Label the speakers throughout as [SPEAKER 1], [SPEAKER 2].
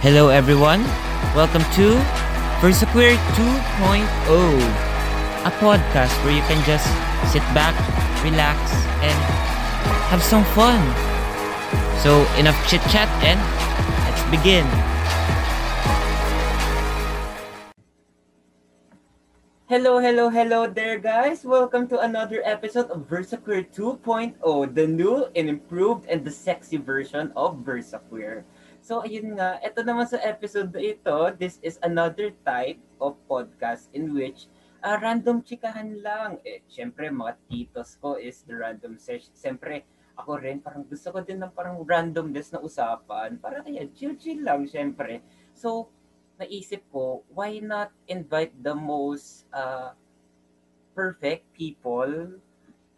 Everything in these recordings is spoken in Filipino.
[SPEAKER 1] Hello everyone. Welcome to Versaqueer 2.0, oh, a podcast where you can just sit back, relax, and have some fun. So enough chit chat and let's begin.
[SPEAKER 2] Hello, hello, hello there, guys. Welcome to another episode of VersaQueer 2.0, the new and improved and the sexy version of VersaQueer. So, ayun nga, ito naman sa episode na ito, this is another type of podcast in which ah, random chikahan lang. Eh, syempre, mga titos ko is the random sesh. Siyempre, ako rin, parang gusto ko din ng parang randomness na usapan. Para kaya, chill-chill lang, syempre. So, naisip ko, why not invite the most uh, perfect people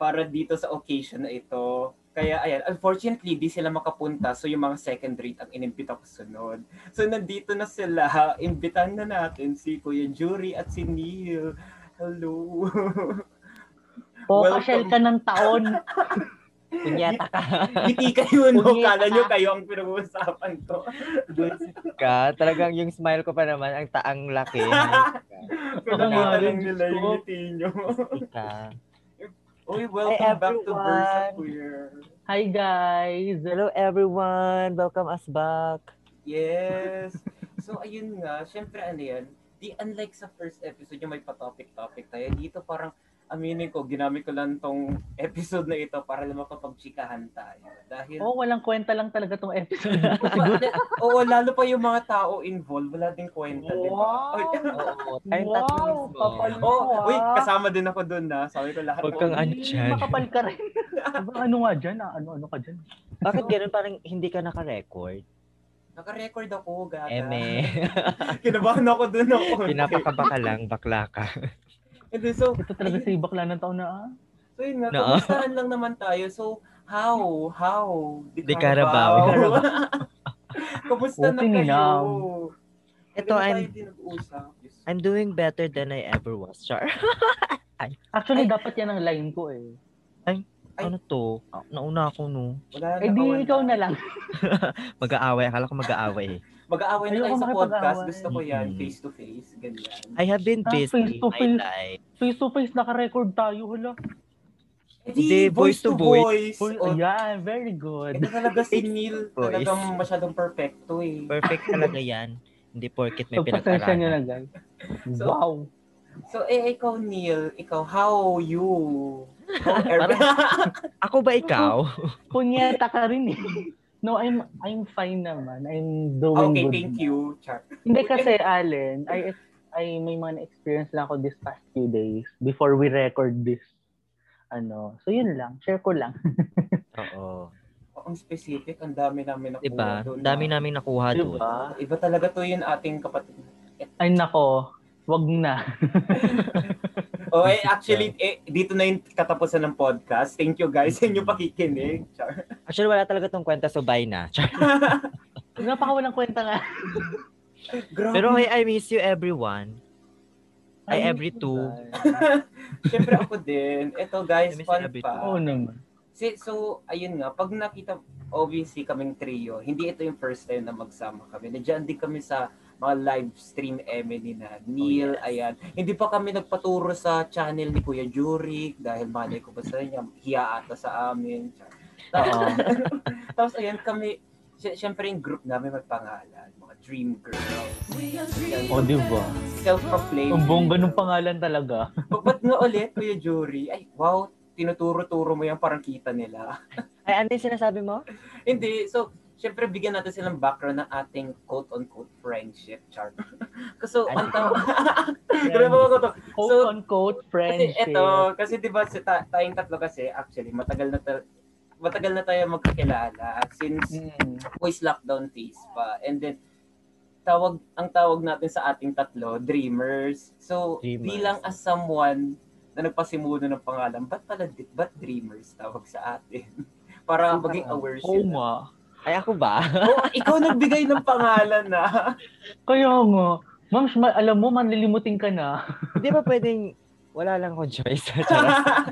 [SPEAKER 2] para dito sa occasion na ito. Kaya ayan, unfortunately, di sila makapunta. So yung mga second rate ang inimbita ko sunod. So nandito na sila. Imbitahan na natin si Kuya Jury at si Neil. Hello. Welcome.
[SPEAKER 3] Poka shell ka ng taon.
[SPEAKER 1] Kunyata ka.
[SPEAKER 2] Hindi kayo, no?
[SPEAKER 3] Punyeta
[SPEAKER 2] Kala nyo
[SPEAKER 3] ka.
[SPEAKER 2] kayo ang pinag-uusapan ko.
[SPEAKER 4] ka, talagang yung smile ko pa naman, ang taang laki. Hindi
[SPEAKER 2] Pero nakita
[SPEAKER 3] nga,
[SPEAKER 2] lang
[SPEAKER 3] Diyos
[SPEAKER 2] nila yung
[SPEAKER 3] ko.
[SPEAKER 2] ngiti nyo.
[SPEAKER 4] ka.
[SPEAKER 2] Uy, welcome back to
[SPEAKER 4] everyone.
[SPEAKER 2] Versa Queer.
[SPEAKER 3] Hi guys.
[SPEAKER 4] Hello everyone! Welcome us back!
[SPEAKER 2] Yes. So, ayun nga. Siyempre, ano yan, di unlike sa first episode yung may pa-topic-topic tayo, dito parang, aminin ko, ginamit ko lang tong episode na ito para lang makapagchikahan tayo. Dahil,
[SPEAKER 3] Oh, walang kwenta lang talaga tong episode.
[SPEAKER 2] oo, lalo pa yung mga tao involved, wala ding kwenta. di ba? Oy,
[SPEAKER 4] Oo, tayong tatlo
[SPEAKER 3] wow,
[SPEAKER 4] mismo.
[SPEAKER 3] kapal mo.
[SPEAKER 2] Oh,
[SPEAKER 3] ah.
[SPEAKER 2] wait, kasama din ako dun na. Sabi ko lahat. oh,
[SPEAKER 4] Huwag kang
[SPEAKER 2] oo.
[SPEAKER 4] ano
[SPEAKER 3] Hmm,
[SPEAKER 4] dyan.
[SPEAKER 3] Makapal ka rin. Diba, ano nga dyan? Ah? Ano, ano ka dyan?
[SPEAKER 4] Bakit ganun parang hindi ka naka-record? Eh,
[SPEAKER 2] Naka-record ako, gata.
[SPEAKER 4] Eme,
[SPEAKER 2] Kinabahan ako dun ako.
[SPEAKER 4] pinapakaba ka lang, bakla ka.
[SPEAKER 2] And then, so,
[SPEAKER 3] Ito talaga si bakla ng taon na ah.
[SPEAKER 2] so yun nga,
[SPEAKER 4] No.
[SPEAKER 2] kumustahan lang naman tayo. So, how? How?
[SPEAKER 4] Di Carabao.
[SPEAKER 2] Kumusta na
[SPEAKER 3] Puti
[SPEAKER 2] kayo?
[SPEAKER 3] nilaw.
[SPEAKER 4] Ito,
[SPEAKER 2] Hindi
[SPEAKER 4] I'm-
[SPEAKER 2] tayo dinag-usap.
[SPEAKER 4] I'm doing better than I ever was, Char.
[SPEAKER 3] Actually, dapat yan ang line ko eh.
[SPEAKER 4] Ano to? Nauna ako, no?
[SPEAKER 2] Wala na,
[SPEAKER 3] Eh di
[SPEAKER 2] kawan
[SPEAKER 3] ikaw na lang.
[SPEAKER 4] Mag-aaway. Akala ko mag-aaway.
[SPEAKER 2] Mag-aaway na
[SPEAKER 3] Ayoko
[SPEAKER 2] kayo sa podcast.
[SPEAKER 3] makipag-away.
[SPEAKER 2] Gusto ko yan,
[SPEAKER 4] Mm.
[SPEAKER 2] face to face, ganyan.
[SPEAKER 4] I have been
[SPEAKER 3] Ah,
[SPEAKER 4] busy
[SPEAKER 3] face to
[SPEAKER 4] in my
[SPEAKER 3] face.
[SPEAKER 4] life.
[SPEAKER 3] Face to face, naka-record tayo. Hala.
[SPEAKER 2] Eh
[SPEAKER 4] Hindi,
[SPEAKER 2] di, voice to voice.
[SPEAKER 3] Hoy,
[SPEAKER 2] Oh,
[SPEAKER 3] ayan, very good.
[SPEAKER 2] Ito talaga si Neil,
[SPEAKER 4] voice.
[SPEAKER 2] talagang masyadong perfecto eh.
[SPEAKER 4] Perfect talaga yan. Hindi porkit may
[SPEAKER 3] So, pasensya nyo
[SPEAKER 4] pinag-aralan.
[SPEAKER 3] na guys.
[SPEAKER 2] So,
[SPEAKER 3] Wow.
[SPEAKER 2] So, eh, ikaw Neil, ikaw, how you? Oh, How
[SPEAKER 4] Parang- Ako ba ikaw?
[SPEAKER 3] Punyeta ka rin eh. No, I'm I'm fine naman. I'm doing
[SPEAKER 2] okay,
[SPEAKER 3] good.
[SPEAKER 2] thank you, Char.
[SPEAKER 3] Hindi kasi, Allen, I, I may mga experience lang ako this past few days before we record this. Ano, so yun lang, share ko lang.
[SPEAKER 4] Oo.
[SPEAKER 2] Ang specific, ang dami namin nakuha
[SPEAKER 4] Diba?
[SPEAKER 2] doon.
[SPEAKER 4] Ang dami
[SPEAKER 2] na.
[SPEAKER 4] namin nakuha doon.
[SPEAKER 3] Diba?
[SPEAKER 2] Ah, Iba talaga to yun ating kapatid.
[SPEAKER 3] Ay nako, wag na.
[SPEAKER 2] Oh, eh, actually, eh, dito na yung katapusan ng podcast. Thank you guys sa inyong pakikinig. Char.
[SPEAKER 4] Actually, wala talaga tong kwenta, so bye na. Char.
[SPEAKER 3] Napakawalang kwenta nga.
[SPEAKER 2] Grabe.
[SPEAKER 4] Pero hey, I miss you everyone. Ay, every two.
[SPEAKER 2] Siyempre ako din. Ito guys,
[SPEAKER 4] Let me
[SPEAKER 2] fun
[SPEAKER 4] see a bit
[SPEAKER 3] Oo
[SPEAKER 2] pa.
[SPEAKER 3] naman.
[SPEAKER 2] Si, so, ayun nga, pag nakita, obviously kaming trio, hindi ito yung first time na magsama kami. Nandiyan din kami sa mga live stream eme ni na
[SPEAKER 3] Oh,
[SPEAKER 2] Neil, ayan. Hindi pa kami nagpaturo sa channel ni Kuya Jurik dahil malay ko ba sa niya, hiya ata sa amin. Tapos,
[SPEAKER 3] Oo.
[SPEAKER 2] tapos ayan kami, sy- syempre yung group namin may pangalan, mga Dream Girls. Yan,
[SPEAKER 3] O, diba?
[SPEAKER 2] Self-proclaimed.
[SPEAKER 3] Ang bongga
[SPEAKER 2] Dream
[SPEAKER 3] ng pangalan talaga.
[SPEAKER 2] Ba- Ba't nga ulit, Kuya Jury? Ay, wow, tinuturo-turo mo yan parang kita nila.
[SPEAKER 4] Ay, ano yung sinasabi mo?
[SPEAKER 2] Hindi, so, syempre bigyan natin silang background ng ating quote-unquote friendship chart. Kasi, ang tawag... Grabe ako to.
[SPEAKER 3] Quote
[SPEAKER 2] So-
[SPEAKER 3] on quote,
[SPEAKER 2] Kasi
[SPEAKER 3] friendship.
[SPEAKER 2] eto, kasi diba si ta- tayong tatlo kasi, actually, matagal na ta- matagal na tayo magkakilala since
[SPEAKER 3] Mm.
[SPEAKER 2] voice lockdown phase pa. And then, tawag ang tawag natin sa ating tatlo, dreamers. So,
[SPEAKER 4] Dreamers.
[SPEAKER 2] bilang as someone na nagpasimula ng pangalan, ba't pala, di- ba't dreamers tawag sa atin? Para maging aware
[SPEAKER 3] Oo
[SPEAKER 2] sila.
[SPEAKER 3] nga.
[SPEAKER 4] Ay, ako ba?
[SPEAKER 2] Oo, ikaw nagbigay ng pangalan ah. na.
[SPEAKER 3] Kaya nga. Ma'am, ma- alam mo, manlilimutin ka na.
[SPEAKER 4] Hindi ba pwedeng wala lang akong choice? Charot.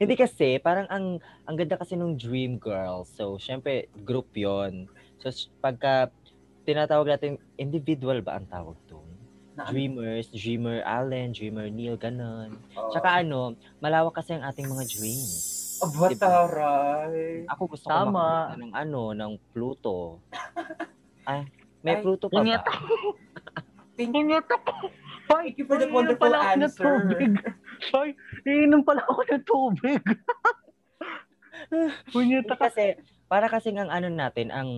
[SPEAKER 4] Hindi kasi, parang ang ang ganda kasi nung Dream Girls. So, syempre, group yon So, s- pagka tinatawag natin, individual ba ang tawag doon?
[SPEAKER 2] Na-
[SPEAKER 4] Dreamers, Dreamer Allen, Dreamer Neil, ganun.
[SPEAKER 2] Oo.
[SPEAKER 4] Tsaka ano, malawak kasi ang ating mga dreams.
[SPEAKER 2] Aba,
[SPEAKER 4] diba?
[SPEAKER 2] taray.
[SPEAKER 4] Ako gusto
[SPEAKER 3] Tama.
[SPEAKER 4] ko makapunta ng ano, ng Pluto. ah, may
[SPEAKER 2] Ay,
[SPEAKER 4] Pluto pa
[SPEAKER 3] ingat.
[SPEAKER 4] ba?
[SPEAKER 2] Thank
[SPEAKER 3] Hindi to.
[SPEAKER 2] Thank you for that wonderful answer.
[SPEAKER 3] Ay, iinom pala ako ng tubig. Punyeta
[SPEAKER 4] Hindi
[SPEAKER 3] ka.
[SPEAKER 4] kasi, para kasi ang ano natin, ang,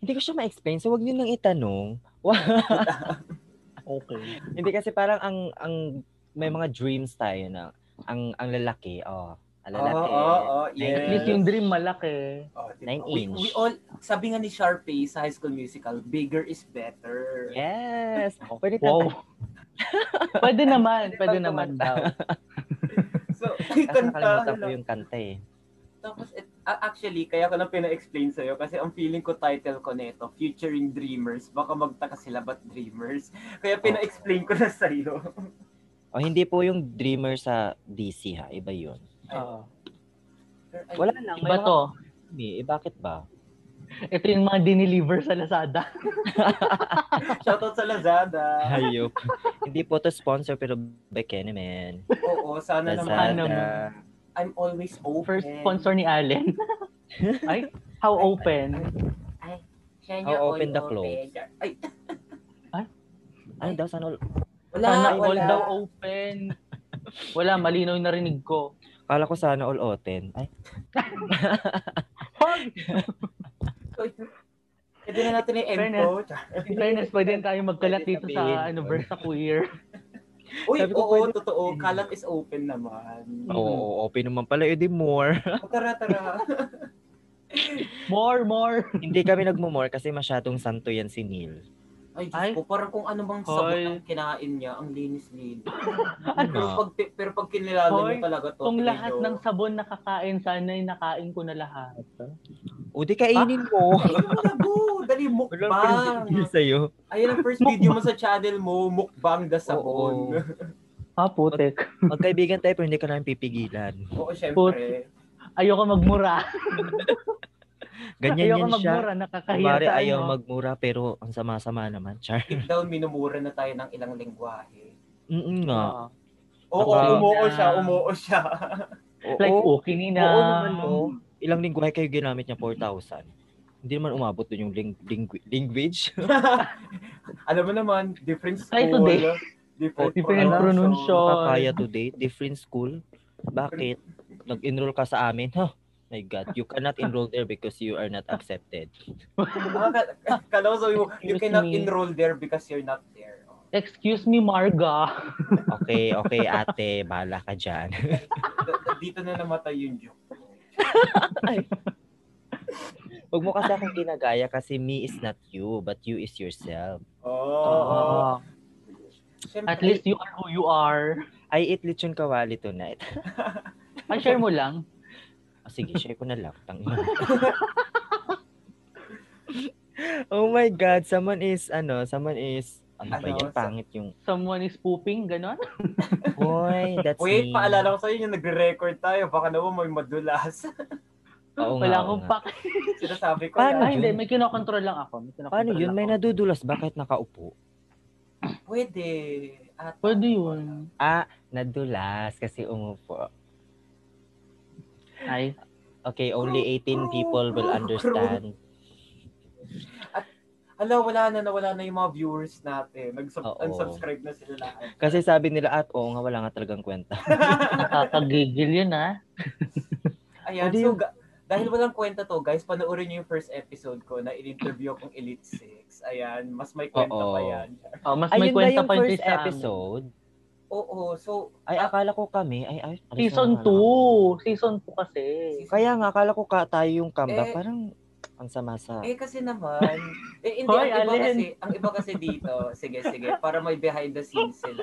[SPEAKER 4] hindi ko siya ma-explain, so wag niyo nang itanong.
[SPEAKER 3] Okay.
[SPEAKER 4] Hindi kasi parang ang, ang, may mga dreams tayo na, ang, ang lalaki, oh, ang
[SPEAKER 2] Oo,
[SPEAKER 4] lalaki.
[SPEAKER 2] oo, oo,
[SPEAKER 4] Yes.
[SPEAKER 3] At least
[SPEAKER 2] yes.
[SPEAKER 3] yung dream malaki.
[SPEAKER 2] Oh, diba?
[SPEAKER 4] Nine
[SPEAKER 2] we,
[SPEAKER 4] inch.
[SPEAKER 2] we all, sabi nga ni Sharpay sa High School Musical, bigger is better.
[SPEAKER 4] Yes! Ako, pwede
[SPEAKER 3] Wow.
[SPEAKER 4] kanta-
[SPEAKER 3] pwede naman,
[SPEAKER 4] Pwede
[SPEAKER 3] pwede
[SPEAKER 4] pang
[SPEAKER 3] naman
[SPEAKER 4] kumanta.
[SPEAKER 3] daw.
[SPEAKER 2] So, yung
[SPEAKER 4] Kasi
[SPEAKER 2] kanta.
[SPEAKER 4] nakalimutan ko yung kanta eh.
[SPEAKER 2] Tapos, it, a- actually, kaya ko lang pina-explain sa'yo kasi ang feeling ko title ko nito, Featuring Dreamers. Baka magtaka sila ba't Dreamers? Kaya pina-explain ko na sa'yo.
[SPEAKER 4] O, Oh, hindi po yung Dreamer sa DC ha, iba yun.
[SPEAKER 3] Oo.
[SPEAKER 4] Wala lang, may
[SPEAKER 3] Iba to.
[SPEAKER 4] mga- eh, bakit ba?
[SPEAKER 3] Ito yung mga diniliver sa Lazada.
[SPEAKER 2] Shoutout sa Lazada.
[SPEAKER 4] Hayop. hindi po to sponsor pero bekene man.
[SPEAKER 2] Oo, sana naman.
[SPEAKER 4] Lazada.
[SPEAKER 2] ano, I'm always open.
[SPEAKER 3] First sponsor ni Allen. Ay, how open.
[SPEAKER 2] Kanya
[SPEAKER 4] How
[SPEAKER 2] all
[SPEAKER 4] open the clothes?
[SPEAKER 2] Ay,
[SPEAKER 4] Ano daw, sana all-
[SPEAKER 2] wala,
[SPEAKER 3] Sana all
[SPEAKER 2] wala.
[SPEAKER 3] daw open. Wala, malinaw yung narinig ko.
[SPEAKER 4] Kala ko sana all oten. Ay,
[SPEAKER 2] Pwede na natin i-end
[SPEAKER 3] Fairness.
[SPEAKER 2] to.
[SPEAKER 3] In fairness, pwede tayo magkalat
[SPEAKER 4] Pwede
[SPEAKER 3] dito
[SPEAKER 4] sabihin.
[SPEAKER 3] sa ano, Versa Queer.
[SPEAKER 2] Uy,
[SPEAKER 4] Sabi ko,
[SPEAKER 2] oo,
[SPEAKER 4] pwede-
[SPEAKER 2] totoo. Kalat is open naman.
[SPEAKER 3] Mm.
[SPEAKER 4] oo, oo, open naman pala, edi more.
[SPEAKER 2] O, Tara, tara.
[SPEAKER 3] More, more.
[SPEAKER 4] hindi kami nagmumore kasi masyadong santo yan si Neil.
[SPEAKER 2] Ay, Diyos
[SPEAKER 3] Ay.
[SPEAKER 2] ko, parang kung ano bang sabon
[SPEAKER 3] Hoy.
[SPEAKER 2] ang kinain niya, ang linis-linis. pero,
[SPEAKER 4] Ano?
[SPEAKER 2] pag, pero pag kinilala
[SPEAKER 3] Hoy,
[SPEAKER 2] niyo talaga to,
[SPEAKER 3] Kung
[SPEAKER 2] tingin
[SPEAKER 3] lahat
[SPEAKER 2] niyo,
[SPEAKER 3] ng sabon nakakain, sana'y nakain ko na lahat.
[SPEAKER 4] O, di kainin mo.
[SPEAKER 2] Ay, yung labo, dali
[SPEAKER 4] Wala pang
[SPEAKER 2] mukbang.
[SPEAKER 4] Neil sa'yo.
[SPEAKER 2] Ayun ang first video mo sa channel mo, mukbang da
[SPEAKER 4] Oo.
[SPEAKER 2] sabon.
[SPEAKER 4] Ah,
[SPEAKER 3] Ha, putek.
[SPEAKER 4] Magkaibigan tayo pero hindi ka namin pipigilan.
[SPEAKER 2] Oo, syempre.
[SPEAKER 3] Ayoko magmura. Ayoko
[SPEAKER 4] Ganyan yan siya.
[SPEAKER 3] magmura. Nakakahiya
[SPEAKER 4] Kumari
[SPEAKER 3] sa
[SPEAKER 4] ayaw
[SPEAKER 3] ano.
[SPEAKER 4] magmura pero ang sama-sama naman, Char.
[SPEAKER 2] Deep down, minumura na tayo ng ilang lingwahe.
[SPEAKER 4] Mm nga.
[SPEAKER 3] Oo.
[SPEAKER 2] Oo,
[SPEAKER 4] Baka-
[SPEAKER 3] Diba?
[SPEAKER 2] umuo siya, umuo siya.
[SPEAKER 4] Oo.
[SPEAKER 3] Like, um, okay ni na.
[SPEAKER 4] Oo naman, oo. Ilang lingwahe kayo ginamit niya? 4,000. Hindi naman umabot doon yung ling- lingu- language.
[SPEAKER 2] Alam mo naman, different school.
[SPEAKER 3] Ay, today.
[SPEAKER 2] Different,
[SPEAKER 3] Different pronunciation.
[SPEAKER 4] Papaya today, different school. Bakit? Nag-enroll ka sa amin? Huh? My God, you cannot enroll there because you are not accepted.
[SPEAKER 2] Ah, ka- ka- Kala ko sabi mo, you
[SPEAKER 3] Excuse
[SPEAKER 2] cannot
[SPEAKER 3] me.
[SPEAKER 2] enroll there because you're not there. Oh.
[SPEAKER 3] Excuse me, Marga.
[SPEAKER 4] Okay, okay ate, bala ka dyan.
[SPEAKER 2] D- d- Dito na namatay yung joke.
[SPEAKER 4] Huwag mo kasi akong ginagaya kasi me is not you, but you is yourself.
[SPEAKER 2] Oh.
[SPEAKER 3] Oo. Ah. At least you are who you are.
[SPEAKER 4] I eat lechon kawali tonight.
[SPEAKER 3] Ay, share mo lang.
[SPEAKER 4] Ah, sige, share ko na lang. Tangina. oh my God, someone is, ano, someone is, ano ba
[SPEAKER 2] Ano,
[SPEAKER 4] yan?
[SPEAKER 2] sa-
[SPEAKER 4] Pangit yung,
[SPEAKER 3] Someone is pooping, ganon.
[SPEAKER 4] boy, that's
[SPEAKER 2] Wait,
[SPEAKER 4] me.
[SPEAKER 2] paalala ko sa'yo yung nagre-record tayo. Baka naman may madulas.
[SPEAKER 4] Oo nga,
[SPEAKER 3] Wala
[SPEAKER 4] oo
[SPEAKER 3] akong
[SPEAKER 4] nga.
[SPEAKER 3] pak.
[SPEAKER 2] Sinasabi ko
[SPEAKER 4] Paano
[SPEAKER 3] Ah,
[SPEAKER 2] lang.
[SPEAKER 4] yun?
[SPEAKER 3] hindi. May kinokontrol lang ako. May kinokontrol
[SPEAKER 4] Paano yun?
[SPEAKER 3] lang
[SPEAKER 4] May
[SPEAKER 3] ako.
[SPEAKER 4] nadudulas. Bakit nakaupo?
[SPEAKER 2] Pwede. At,
[SPEAKER 3] Pwede yun.
[SPEAKER 4] Nadulas Ah, kasi umupo.
[SPEAKER 3] Ay,
[SPEAKER 4] Okay, only 18 people will understand.
[SPEAKER 2] Ala, wala na, nawala na yung mga viewers natin.
[SPEAKER 4] Oo.
[SPEAKER 2] Nag-unsubscribe na sila lahat.
[SPEAKER 4] Kasi sabi nila, at oo nga, wala nga talagang kwenta.
[SPEAKER 3] nakakagigil yun ah.
[SPEAKER 2] Ayan,
[SPEAKER 4] Pwede
[SPEAKER 2] so
[SPEAKER 4] yun.
[SPEAKER 2] ga- dahil walang kwenta to, guys, panoorin niyo yung first episode ko na in-interview akong Elite Six. Ayan, mas may kwenta
[SPEAKER 4] Oo.
[SPEAKER 2] pa yan.
[SPEAKER 3] Oh, mas may
[SPEAKER 4] Ayun ba
[SPEAKER 3] kwenta
[SPEAKER 4] yung
[SPEAKER 3] pa yun
[SPEAKER 4] first
[SPEAKER 3] sa amin.
[SPEAKER 4] episode?
[SPEAKER 2] Oo, so,
[SPEAKER 4] Ay, akala ko kami. Ay, ay. alis
[SPEAKER 3] Season
[SPEAKER 4] na,
[SPEAKER 3] 2.
[SPEAKER 4] akala ko.
[SPEAKER 3] Season 2 kasi.
[SPEAKER 4] Kaya nga, akala ko ka, tayo yung comeback.
[SPEAKER 2] Eh,
[SPEAKER 4] Parang, ang sama sa...
[SPEAKER 2] Eh kasi naman, eh hindi
[SPEAKER 3] Hoy,
[SPEAKER 2] ang iba
[SPEAKER 3] Alin.
[SPEAKER 2] kasi, ang iba kasi dito, sige sige, para may behind the scenes sila.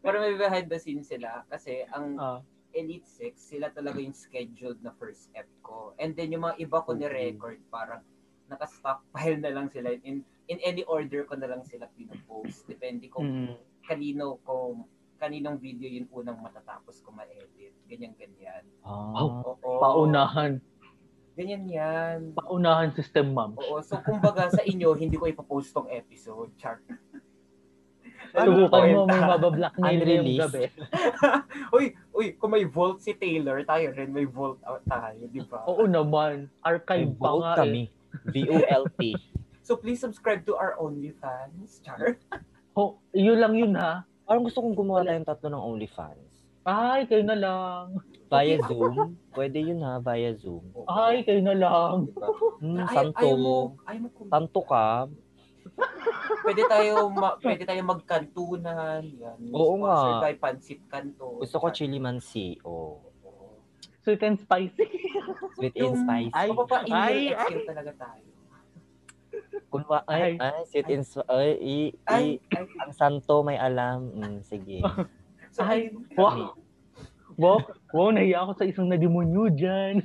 [SPEAKER 2] Para may behind the scenes sila kasi ang
[SPEAKER 3] Ah.
[SPEAKER 2] Elite Six, sila talaga yung scheduled na first ep ko. And then yung mga iba ko
[SPEAKER 4] Oo.
[SPEAKER 2] ni-record, parang naka-stockpile na lang sila. In, in any order ko na lang sila pinupost. Depende kung
[SPEAKER 3] Mm.
[SPEAKER 2] kanino ko kaninong video yun unang matatapos ko ma-edit. Ganyan-ganyan.
[SPEAKER 4] Ah.
[SPEAKER 2] Oo.
[SPEAKER 3] Paunahan.
[SPEAKER 2] Ganyan yan.
[SPEAKER 3] Paunahan system, ma'am.
[SPEAKER 2] Oo, so kumbaga sa inyo, hindi ko ipopost tong episode. Char. Ano
[SPEAKER 3] Subukan mo, may
[SPEAKER 2] kwenta?
[SPEAKER 3] mabablock na yung
[SPEAKER 4] Unreleased.
[SPEAKER 3] gabi.
[SPEAKER 2] Uy, uy, kung may vault si Taylor, tayo rin may vault out tayo, di ba?
[SPEAKER 3] Oo naman. Archive pa
[SPEAKER 4] Vote
[SPEAKER 3] nga eh.
[SPEAKER 4] kami. V-O-L-T.
[SPEAKER 2] So please subscribe to our OnlyFans, Char.
[SPEAKER 3] Ho, yun lang yun ha.
[SPEAKER 4] Parang gusto kong gumawa tayong tatlo ng OnlyFans.
[SPEAKER 3] Ay, kayo na lang.
[SPEAKER 4] Via Zoom. Pwede yun ha, via Zoom.
[SPEAKER 3] Ay, kayo na lang.
[SPEAKER 2] Diba?
[SPEAKER 4] Hmm,
[SPEAKER 2] Ay-
[SPEAKER 4] santo
[SPEAKER 2] ayaw
[SPEAKER 4] mo.
[SPEAKER 2] mo, ayaw mo kumita.
[SPEAKER 4] Santo ka.
[SPEAKER 2] Pwede tayo, ma- pwede tayo magkantunan. Yan.
[SPEAKER 4] Oo nga.
[SPEAKER 2] Sponsored by Pancit Kanto.
[SPEAKER 4] Gusto ko chili mansi. Oh.
[SPEAKER 3] Sweet and spicy.
[SPEAKER 4] Sweet and spicy.
[SPEAKER 2] Ay, papapain
[SPEAKER 3] ay,
[SPEAKER 2] ay, ay, talaga tayo.
[SPEAKER 4] Kunwa, ay,
[SPEAKER 3] Ay.
[SPEAKER 4] ay, sweet and spicy. Ay, i, i,
[SPEAKER 2] Ay, ay,
[SPEAKER 4] ang santo may alam. Mm, sige.
[SPEAKER 2] so, ay,
[SPEAKER 3] Wow. Wow, wow, nahiya ako sa isang nadimonyo dyan.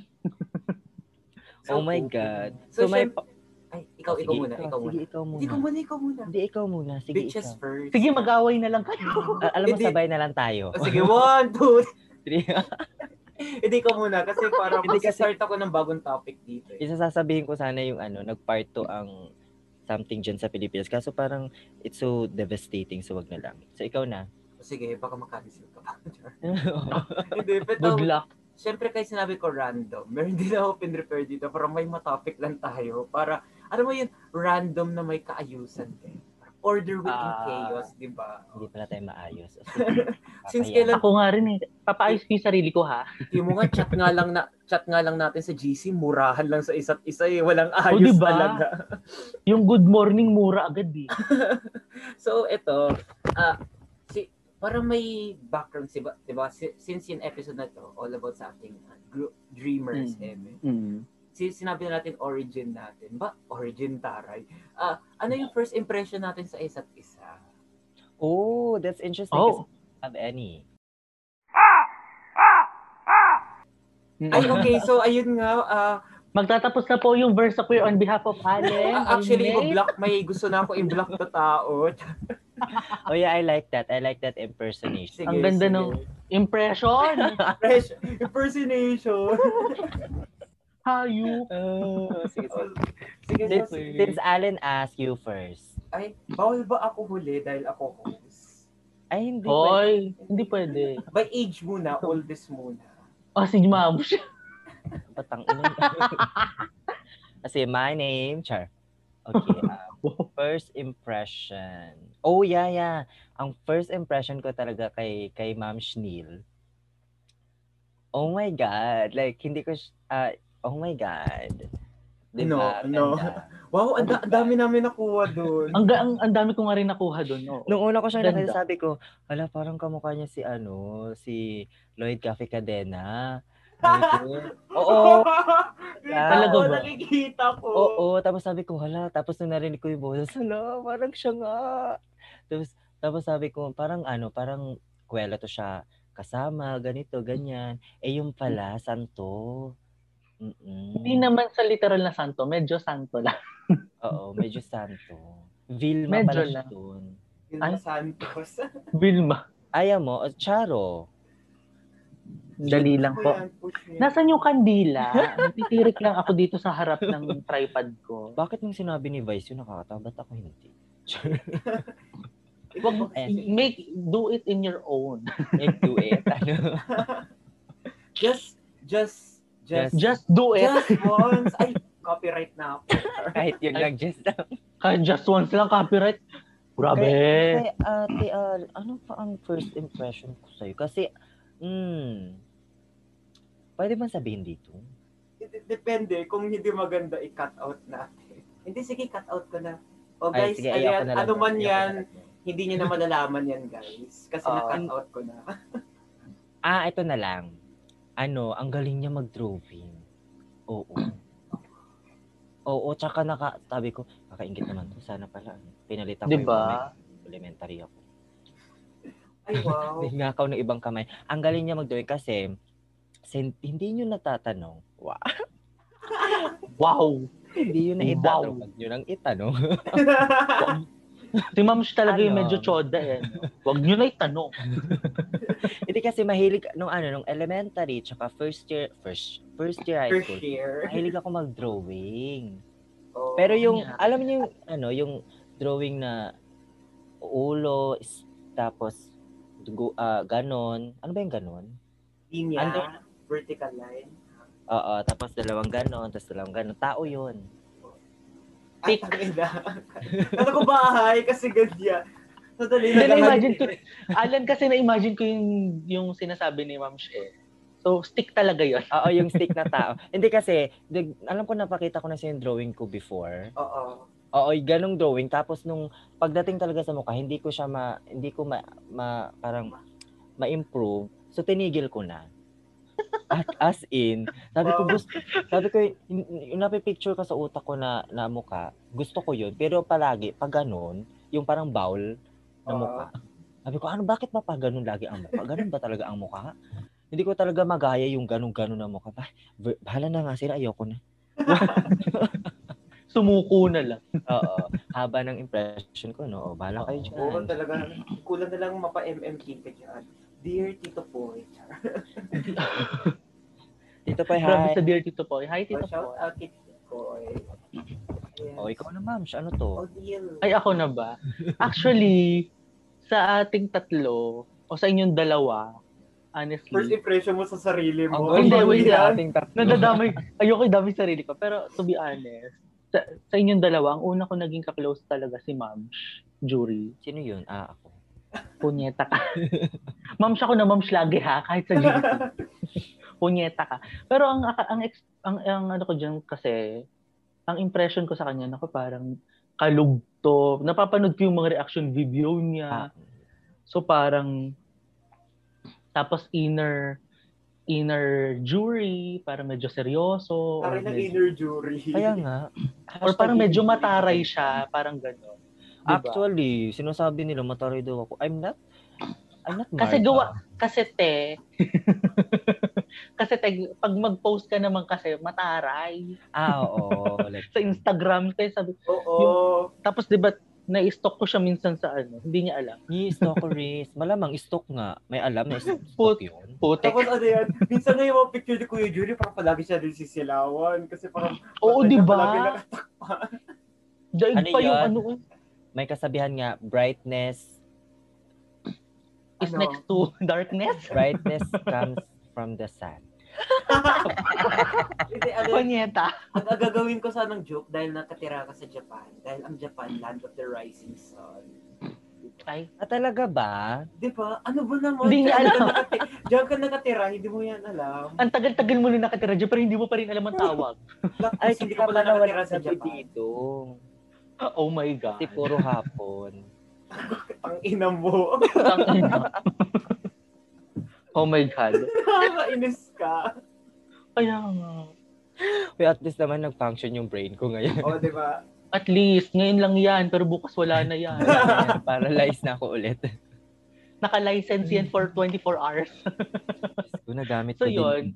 [SPEAKER 4] oh my God.
[SPEAKER 2] So,
[SPEAKER 4] So, may...
[SPEAKER 2] syem- ay, ikaw, ikaw muna, ikaw muna.
[SPEAKER 4] Sige, ikaw muna.
[SPEAKER 2] Hindi, ikaw muna, ikaw muna.
[SPEAKER 4] Hindi, ikaw muna. Sige,
[SPEAKER 2] Bitches
[SPEAKER 4] ikaw.
[SPEAKER 2] first.
[SPEAKER 3] Sige, mag-away na lang kayo.
[SPEAKER 4] Ah, alam mo,
[SPEAKER 2] Hindi.
[SPEAKER 4] sabay na lang tayo.
[SPEAKER 2] Oh, sige, one, two,
[SPEAKER 4] Three. ah,
[SPEAKER 2] Hindi ka muna kasi parang
[SPEAKER 4] Hindi
[SPEAKER 2] hindi
[SPEAKER 4] kasi-
[SPEAKER 2] start ako ng bagong topic dito. eh.
[SPEAKER 4] Isa sasabihin ko sana yung ano, nag-part to ang something dyan sa Pilipinas. Kaso parang it's so devastating, so wag na lang. So, ikaw na.
[SPEAKER 2] Oh, Sige, baka makancel ka pa. hindi, pero
[SPEAKER 3] Good luck.
[SPEAKER 2] syempre kahit sinabi ko random, meron din ako pinrefer dito para may matopic lang tayo. Para, alam mo yun, random na may kaayusan eh. Order within
[SPEAKER 3] Ah.
[SPEAKER 2] chaos, di ba?
[SPEAKER 4] Hindi pala tayo maayos.
[SPEAKER 2] Since
[SPEAKER 4] Kakayan.
[SPEAKER 3] Ako nga rin eh. Papaayos ko yung sarili ko ha.
[SPEAKER 2] Yung mga chat nga lang na chat nga lang natin sa GC, murahan lang sa isa't isa eh, walang ayos
[SPEAKER 3] di ba?
[SPEAKER 2] talaga.
[SPEAKER 3] Yung good morning mura agad eh.
[SPEAKER 2] So ito, ah si para may background si ba, 'di ba? Si- Since yung episode na to all about sa ating ah, group dreamers
[SPEAKER 3] Mm.
[SPEAKER 2] mm. Si sinabi na natin origin natin. Ba, origin taray. Ah, ano yung first impression natin sa isa't isa?
[SPEAKER 4] Oh, that's interesting.
[SPEAKER 3] Oh.
[SPEAKER 4] Kasi I don't have any.
[SPEAKER 3] Mm.
[SPEAKER 2] Ay okay, so ayun nga ah,
[SPEAKER 3] Magtatapos na po yung verse queer on behalf of Allen.
[SPEAKER 2] ah, actually
[SPEAKER 3] Almay.
[SPEAKER 2] i-block may gusto na ako i-block na tao.
[SPEAKER 4] Oh yeah, I like that. I like that
[SPEAKER 2] Sige,
[SPEAKER 4] impersonation.
[SPEAKER 3] Ang ganda
[SPEAKER 2] sige.
[SPEAKER 3] ng- impression.
[SPEAKER 2] Fresh impersonation.
[SPEAKER 3] Hayop.
[SPEAKER 4] Oh, sige, sige.
[SPEAKER 2] Sige,
[SPEAKER 4] Since,
[SPEAKER 2] so,
[SPEAKER 4] since Alan asked you first.
[SPEAKER 2] ay, bawal ba ako huli dahil ako host?
[SPEAKER 4] Ay, hindi. pwede.
[SPEAKER 3] Hoy, hindi pwede.
[SPEAKER 2] By age muna, oldest muna.
[SPEAKER 3] Oh, si Ma'am.
[SPEAKER 4] Patang ina. Kasi my name, Char. Okay. um, first impression. Oh, yeah, yeah. Ang first impression ko talaga kay kay Ma'am Shnil. Oh my God. Like, hindi ko, s- ah, oh my God. Diba?
[SPEAKER 2] No, no.
[SPEAKER 4] Ganda.
[SPEAKER 2] Wow, ang, da- ang dami namin nakuha doon.
[SPEAKER 3] Ang, ga- ang, ang dami ko nga rin nakuha doon. Oo.
[SPEAKER 4] Nung una ko siya
[SPEAKER 3] Ganda.
[SPEAKER 4] nakita, sabi ko, ala, parang kamukha niya si ano, si Lloyd Cafe Cadena. Sabi ko, Oo,
[SPEAKER 3] Talaga ba?
[SPEAKER 2] Nakikita ko.
[SPEAKER 4] Oo, tapos sabi ko, hala, tapos nung narinig ko yung boses, hala, parang siya nga. Tapos, tapos sabi ko, parang ano, parang kwela to siya kasama, ganito, ganyan. Eh, yung pala, santo. Mm-mm.
[SPEAKER 3] Mm. Hindi naman sa literal na santo. Medyo santo lang.
[SPEAKER 4] Oo, medyo santo. Vilma
[SPEAKER 3] Medyo
[SPEAKER 4] pala siya
[SPEAKER 3] lang.
[SPEAKER 4] doon.
[SPEAKER 2] Vilma
[SPEAKER 3] Ay.
[SPEAKER 2] Santos.
[SPEAKER 3] Vilma.
[SPEAKER 4] Ayaw mo, o, Charo.
[SPEAKER 3] Dali lang po.
[SPEAKER 2] Ayan, Ano push me.
[SPEAKER 3] Nasaan yung kandila? Natitirik lang ako dito sa harap ng tripod ko.
[SPEAKER 4] Bakit nung sinabi ni Vice yun, nakakatawa, ba't ako hindi?
[SPEAKER 2] Wag mo-
[SPEAKER 4] Eh.
[SPEAKER 3] Make, do it in your own.
[SPEAKER 4] Like, do it. Ano?
[SPEAKER 2] Just, just, just,
[SPEAKER 3] Just do it.
[SPEAKER 2] just once. Ay, copyright na ako.
[SPEAKER 4] Kahit yun
[SPEAKER 3] Ay.
[SPEAKER 4] lang, just lang.
[SPEAKER 3] Kahit just once lang copyright. Grabe.
[SPEAKER 4] Kaya, ate, Al, ano pa ang first impression ko sa'yo? Kasi, mm, pwede bang sabihin dito?
[SPEAKER 2] D- Depende. Kung hindi maganda, i-cut out natin. Hindi, sige, cut out ko na. O Oh,
[SPEAKER 4] Ay,
[SPEAKER 2] guys,
[SPEAKER 4] sige, ayoko
[SPEAKER 2] ayan,
[SPEAKER 4] na lang.
[SPEAKER 2] ano man
[SPEAKER 4] Ayoko na
[SPEAKER 2] yan,
[SPEAKER 4] lang.
[SPEAKER 2] hindi niyo na malalaman yan, guys. Kasi
[SPEAKER 4] Oo.
[SPEAKER 2] na-cut out ko na.
[SPEAKER 4] Ah, ito na lang. Ano, ang galing niya mag-drawing. Oo. Oo, tsaka naka, sabi ko, kakaingit naman to. Sana pala, ano, pinalitan ko
[SPEAKER 3] Diba?
[SPEAKER 4] kamay. Elementary ako.
[SPEAKER 2] Ay, wow.
[SPEAKER 4] Ningakaw ng ibang kamay. Ang galing niya mag-drawing kasi, sin- hindi niyo natatanong. Wow.
[SPEAKER 3] Wow. eh.
[SPEAKER 4] Hindi yun na
[SPEAKER 3] Wow.
[SPEAKER 4] itanong. Wow. Yun ang itanong.
[SPEAKER 3] Si Ma'am Sh talaga yung
[SPEAKER 4] Ano?
[SPEAKER 3] medyo choda eh. no? Huwag nyo na itanong.
[SPEAKER 4] Hindi kasi mahilig nung ano nung elementary tsaka first year first first year high
[SPEAKER 2] For
[SPEAKER 4] school.
[SPEAKER 2] sure.
[SPEAKER 4] Mahilig ako mag-drawing.
[SPEAKER 2] Oh.
[SPEAKER 4] Pero yung,
[SPEAKER 3] Yeah.
[SPEAKER 4] alam niyo yung, ano, yung drawing na ulo, is- tapos, dugo, ah, ganon. Ano ba yung ganon?
[SPEAKER 2] linya,
[SPEAKER 4] Under-
[SPEAKER 2] vertical line.
[SPEAKER 4] Oo, tapos dalawang ganon, tapos dalawang ganon. Tao yun.
[SPEAKER 2] Ay, na. Ano ko bahay kasi ganyan. Sadali
[SPEAKER 3] Hindi,
[SPEAKER 2] na
[SPEAKER 3] na-imagine ko. Alan kasi na-imagine ko yung, yung sinasabi ni Ma'am Sh eh. So, stick talaga yun.
[SPEAKER 4] Oo, yung stick na tao. Hindi kasi, nag- alam ko napakita ko na sa yung drawing ko before.
[SPEAKER 2] Oo.
[SPEAKER 4] Oo, yung ganong drawing. Tapos nung pagdating talaga sa mukha, hindi ko siya ma, hindi ko ma, ma parang ma-improve. So tinigil ko na. At as in, sabi ko
[SPEAKER 2] Wow.
[SPEAKER 4] gusto, sabi ko y- y- yung napipicture ko sa utak ko na na mukha, gusto ko yun. Pero palagi pag ganun, yung parang bowl na
[SPEAKER 2] Oo.
[SPEAKER 4] mukha. Sabi ko, ano bakit ba pa ganun lagi ang mukha? Ganun ba talaga ang mukha? Hindi ko talaga magaya yung ganun-ganun na mukha. Bah, bah- bahala na nga sila, ayoko na.
[SPEAKER 3] Sumuko na lang.
[SPEAKER 4] Oo. Haba ng impression ko, no? O, Bahala kayo dyan.
[SPEAKER 2] Oo, talaga. Kulang na lang mapa-MMK ka dyan. Dear Tito Poy.
[SPEAKER 4] Tito Pai,
[SPEAKER 3] Grabe
[SPEAKER 4] hi.
[SPEAKER 3] sa Dear Tito Poy. Hi, Tito
[SPEAKER 2] Shout
[SPEAKER 3] Poy.
[SPEAKER 2] out kay Tito Poy. Yes.
[SPEAKER 4] O, ikaw na, ma'am. Siya, ano to?
[SPEAKER 2] Oh, deal.
[SPEAKER 3] Ay, ako na ba? Actually, sa ating tatlo, o sa inyong dalawa,
[SPEAKER 2] First
[SPEAKER 3] honestly,
[SPEAKER 2] impression mo sa sarili
[SPEAKER 4] Ang
[SPEAKER 2] mo.
[SPEAKER 4] gulo
[SPEAKER 3] Hindi,
[SPEAKER 4] ng
[SPEAKER 3] wait
[SPEAKER 2] Yan.
[SPEAKER 4] sa ating tatlo.
[SPEAKER 3] nadadamay, ayoko yung damay sarili ko. Pero to be honest, sa, sa inyong dalawa, ang una ko naging kaklose talaga si Ma'am Sh, Jury.
[SPEAKER 4] Sino yun? Ah, ako.
[SPEAKER 3] Punyeta ka. Ma'am Sh ako na Ma'am Sh lagi ha, kahit sa GT. Punyeta ka. Pero ang, ang, ex- ang, ang ano ko dyan kasi, ang impression ko sa kanya, naku, parang kalugto. Napapanood ko yung mga reaction video niya.
[SPEAKER 4] Ah,
[SPEAKER 3] So parang tapos inner inner jury, parang medyo seryoso or,
[SPEAKER 2] Parang ng
[SPEAKER 3] medyo,
[SPEAKER 2] inner jury.
[SPEAKER 4] kaya nga.
[SPEAKER 3] or parang
[SPEAKER 4] Hashtag
[SPEAKER 3] medyo
[SPEAKER 4] yun.
[SPEAKER 3] mataray siya, parang gano'n. Diba?
[SPEAKER 4] Actually, sinasabi nila mataray daw ako. I'm not, I'm not
[SPEAKER 3] Kasi
[SPEAKER 4] Martha.
[SPEAKER 3] gawa- kasi te kasi te pag mag-post ka naman kasi mataray
[SPEAKER 4] Ah, oo. Like,
[SPEAKER 3] sa Instagram te sabi
[SPEAKER 2] Oo.
[SPEAKER 3] tapos 'di ba na-stalk ko siya minsan sa ano, hindi niya alam.
[SPEAKER 4] ni stalkerist. Malamang stalk nga. May alam na stalk
[SPEAKER 3] Put-
[SPEAKER 4] yun.
[SPEAKER 3] Putik.
[SPEAKER 2] Tapos ano yan, minsan na yung mga picture ni Kuya Jury, parang palagi siya rin sisilawan. Kasi parang...
[SPEAKER 3] Oo,
[SPEAKER 2] patay na
[SPEAKER 3] 'di
[SPEAKER 2] palagi na-
[SPEAKER 3] ba? Daig
[SPEAKER 4] Ano
[SPEAKER 3] pa yung
[SPEAKER 4] yun?
[SPEAKER 3] ano
[SPEAKER 4] May kasabihan nga, brightness,
[SPEAKER 3] is
[SPEAKER 2] Ano?
[SPEAKER 3] next to darkness.
[SPEAKER 4] brightness comes from the sun.
[SPEAKER 2] Hindi, ano yan,
[SPEAKER 3] Konyeta.
[SPEAKER 2] ang gagawin ko sana ng joke dahil nakatira ka sa Japan. Dahil ang Japan, land of the rising sun.
[SPEAKER 3] Ay,
[SPEAKER 4] Ah, talaga ba?
[SPEAKER 2] Di ba? Ano ba naman?
[SPEAKER 3] Hindi niya
[SPEAKER 2] Diyan ka
[SPEAKER 3] alam.
[SPEAKER 2] nakati- Diyan ka nakatira, hindi mo yan alam.
[SPEAKER 3] ang tagal-tagal mo na nakatira dyan, pero hindi mo pa rin alam ang tawag.
[SPEAKER 4] Ay,
[SPEAKER 2] Tapos
[SPEAKER 4] hindi
[SPEAKER 2] hindi
[SPEAKER 4] ka
[SPEAKER 2] ka
[SPEAKER 4] pala
[SPEAKER 2] pala nakatira
[SPEAKER 4] nawalan
[SPEAKER 2] sa
[SPEAKER 4] sa
[SPEAKER 2] Japan.
[SPEAKER 4] dito.
[SPEAKER 3] oh my God.
[SPEAKER 4] Kasi puro hapon.
[SPEAKER 2] Ang ina mo.
[SPEAKER 3] oh my God.
[SPEAKER 2] Nakakainis ka.
[SPEAKER 3] Kaya nga.
[SPEAKER 4] Pero at least naman nag-function yung brain ko ngayon.
[SPEAKER 2] O, di ba?
[SPEAKER 3] At least, ngayon lang yan, pero bukas wala na yan.
[SPEAKER 4] Paralyzed na ako ulit.
[SPEAKER 3] Naka-license yan for 24 hours.
[SPEAKER 4] Diyos ko, nagamit
[SPEAKER 3] So
[SPEAKER 4] ko
[SPEAKER 3] yun.
[SPEAKER 4] din.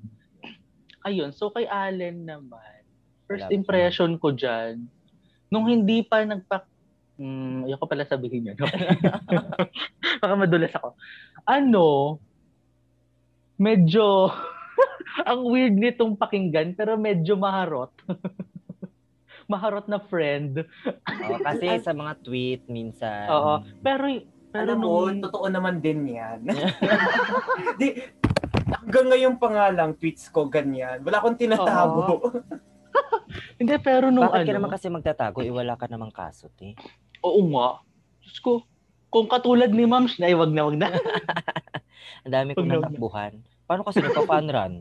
[SPEAKER 3] Ayun, so kay Allen naman, first
[SPEAKER 4] Wala.
[SPEAKER 3] impression ko dyan, nung hindi pa nagpa... Hmm, ayoko pala sabihin yun. Baka madulas ako. Ano, medyo... ang weird nitong pakinggan, pero medyo maharot. maharot na friend.
[SPEAKER 4] ano. Oo, kasi sa mga tweet minsan.
[SPEAKER 3] Oo. Pero, pero
[SPEAKER 2] Alam mo,
[SPEAKER 3] nung...
[SPEAKER 2] totoo naman din yan. di, hanggang ngayon pa nga lang, tweets ko ganyan. Wala akong tinatago.
[SPEAKER 3] Hindi, pero nung
[SPEAKER 4] Bakit ka
[SPEAKER 3] ano...
[SPEAKER 4] naman kasi magtatago? Iwala ka namang kaso, eh.
[SPEAKER 3] oo nga. Diyos ko, kung katulad ni Ma'am Shnay, wag na, wag na.
[SPEAKER 4] Ang dami
[SPEAKER 3] Wag
[SPEAKER 4] kong
[SPEAKER 3] na, wag na.
[SPEAKER 4] natakbuhan. Paano kasi nagpa-fun run?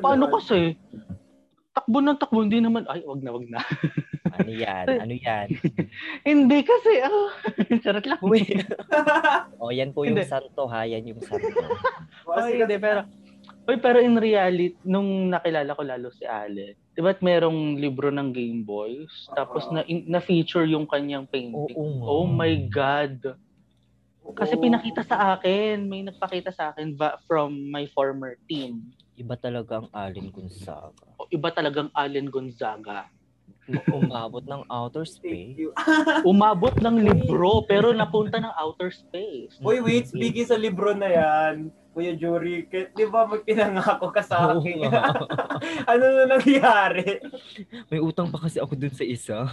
[SPEAKER 3] Paano kasi? Takbo ng takbo, hindi naman, ay, wag na, wag na.
[SPEAKER 4] Ano yan? Ano yan?
[SPEAKER 3] hindi kasi, ah, charot lang.
[SPEAKER 4] Uy. O, yan po yung
[SPEAKER 3] Hindi.
[SPEAKER 4] santo, ha? Yan yung santo.
[SPEAKER 3] Ay, hindi, pero, uy, pero in reality, nung nakilala ko lalo si Ale, di ba't merong libro ng Game Boys, tapos
[SPEAKER 2] Oo.
[SPEAKER 3] na, na-feature yung kanyang painting.
[SPEAKER 4] Oo nga.
[SPEAKER 3] Oh my God. Kasi pinakita sa akin, may nagpakita sa akin ba, from my former team.
[SPEAKER 4] Iba talaga ang Alin Gonzaga.
[SPEAKER 3] O, iba talagang Allen Gonzaga.
[SPEAKER 4] umabot ng outer space.
[SPEAKER 3] Umabot ng libro pero napunta ng outer space.
[SPEAKER 2] Uy, wait, speaking sa libro na yan, Kuya Jury, kahit di ba magpinangako ka sa
[SPEAKER 4] Oo
[SPEAKER 2] akin?
[SPEAKER 4] nga.
[SPEAKER 2] ano na nangyari?
[SPEAKER 4] May utang pa kasi ako dun sa isa.